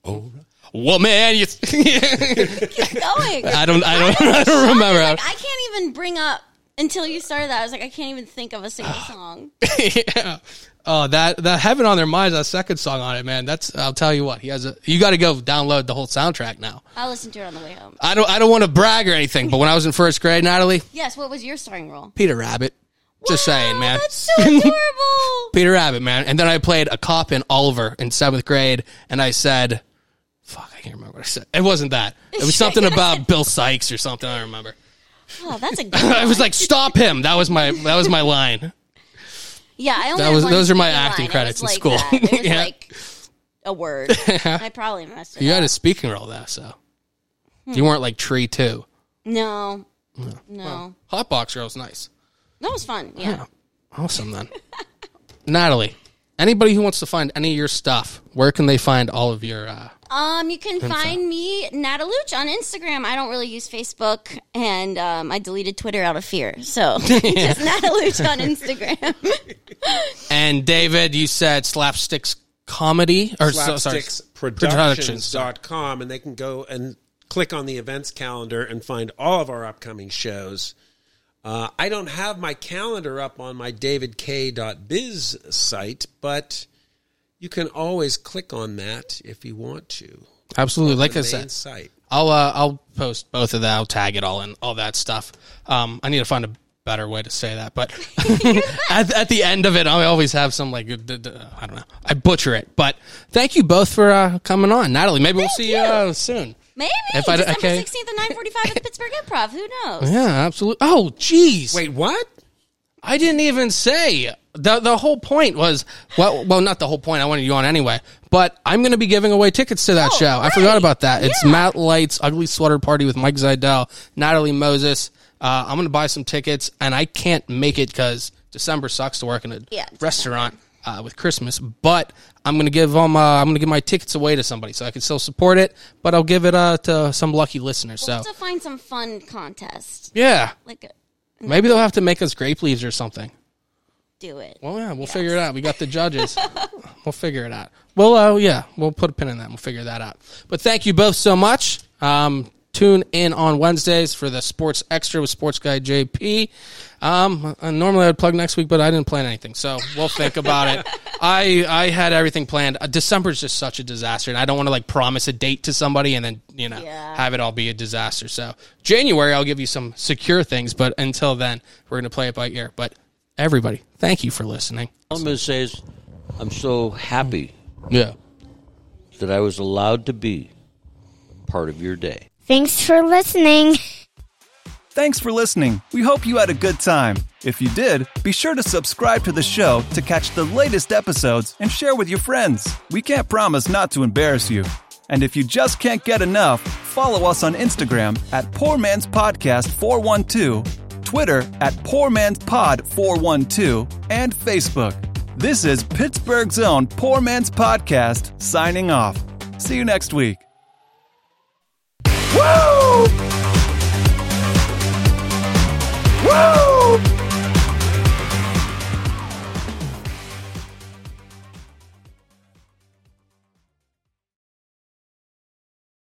Speaker 3: Oh,
Speaker 1: Woman, you.
Speaker 2: Keep going.
Speaker 1: I don't, I don't, I don't remember.
Speaker 2: Like, I can't even bring up until you started that. I was like, I can't even think of a single song.
Speaker 1: yeah. Oh, that that heaven on their minds. That second song on it, man. That's I'll tell you what. He has a. You got to go download the whole soundtrack now.
Speaker 2: I'll listen to it on the way home.
Speaker 1: I don't. I don't want to brag or anything, but when I was in first grade, Natalie,
Speaker 2: Yes, what was your starring role?
Speaker 1: Peter Rabbit. Just saying, man.
Speaker 2: That's so adorable.
Speaker 1: Peter Rabbit, man. And then I played a cop in Oliver in seventh grade, and I said, "Fuck, I can't remember what I said." It wasn't that. It was something about Bill Sykes or something. I don't remember.
Speaker 2: oh, that's a good
Speaker 1: I
Speaker 2: one.
Speaker 1: was like, "Stop him!" That was my that was my line.
Speaker 2: yeah, I only
Speaker 1: that
Speaker 2: had
Speaker 1: was-
Speaker 2: one
Speaker 1: those are my
Speaker 2: line.
Speaker 1: acting
Speaker 2: It was
Speaker 1: credits in
Speaker 2: like
Speaker 1: school.
Speaker 2: that. It was
Speaker 1: Yeah.
Speaker 2: like a word. I probably messed it
Speaker 1: You
Speaker 2: up.
Speaker 1: had a speaking role though, so you weren't like Tree Two.
Speaker 2: No, no,
Speaker 1: Hotbox Girl's nice.
Speaker 2: that was fun. Yeah.
Speaker 1: Awesome then. Natalie, anybody who wants to find any of your stuff, where can they find all of your uh
Speaker 2: Um, you can find me Nataluch on Instagram. I don't really use Facebook, and um, I deleted Twitter out of fear. So just Nataluch on Instagram.
Speaker 1: and David, you said slapsticks comedy or so- sorry,
Speaker 3: slapsticksproductions.com and they can go and click on the events calendar and find all of our upcoming shows. Uh, I don't have my calendar up on my davidk.biz site, but you can always click on that if you want to.
Speaker 1: Absolutely. Like I
Speaker 3: the main
Speaker 1: said,
Speaker 3: site.
Speaker 1: I'll uh, I'll post both of that. I'll tag it all and all that stuff. Um, I need to find a better way to say that, but at, at the end of it, I always have some like d- d- I don't know. I butcher it, but thank you both for uh, coming on, Natalie. Maybe we'll
Speaker 2: Thank
Speaker 1: see you,
Speaker 2: you.
Speaker 1: uh, soon.
Speaker 2: Maybe
Speaker 1: If I d-
Speaker 2: December
Speaker 1: okay.
Speaker 2: 16th at 945 at the Pittsburgh Improv. Who knows?
Speaker 1: Yeah, absolutely. Oh, jeez.
Speaker 3: Wait, what?
Speaker 1: I didn't even say the the whole point was well, well, not the whole point. I wanted you on anyway, but I'm going to be giving away tickets to that
Speaker 2: Oh,
Speaker 1: show. I
Speaker 2: right.
Speaker 1: forgot about that. It's
Speaker 2: Yeah.
Speaker 1: Matt Light's Ugly Sweater Party with Mike Zidell, Natalie Moses. Uh, I'm going to buy some tickets, and I can't make it because December sucks to work in a
Speaker 2: Yeah,
Speaker 1: restaurant uh, with Christmas. But I'm going to give them. Uh, I'm going to give my tickets away to somebody, so I can still support it. But I'll give it uh, to some lucky listener.
Speaker 2: We'll
Speaker 1: So
Speaker 2: have to find some fun contest.
Speaker 1: yeah,
Speaker 2: Like,
Speaker 1: maybe they'll have to make us grape leaves or something.
Speaker 2: do it.
Speaker 1: Well, yeah, we'll figure it out. We got the judges. we'll figure it out. Well, uh, yeah, we'll put a pin in that. We'll figure that out. But thank you both so much. Um, tune in on Wednesdays for the Sports Extra with Sports Guy JP. Um, uh, normally I'd plug next week, but I didn't plan anything, so we'll think about it. I I had everything planned. Uh, December's just such a disaster, and I don't want to like promise a date to somebody and then you know
Speaker 2: Yeah.
Speaker 1: have it all be a disaster. So January, I'll give you some secure things, but until then, we're gonna play it by ear. But everybody, thank you for listening.
Speaker 7: All I'm going to say is, I'm so happy
Speaker 1: Yeah.
Speaker 7: that I was allowed to be part of your day.
Speaker 8: Thanks for listening.
Speaker 9: Thanks for listening. We hope you had a good time. If you did, be sure to subscribe to the show to catch the latest episodes and share with your friends. We can't promise not to embarrass you. And if you just can't get enough, follow us on Instagram at Poor Man's Podcast 412, Twitter at Poor Man's Pod 412, and Facebook. This is Pittsburgh's own Poor Man's Podcast signing off. See you next week. Woo! Woo!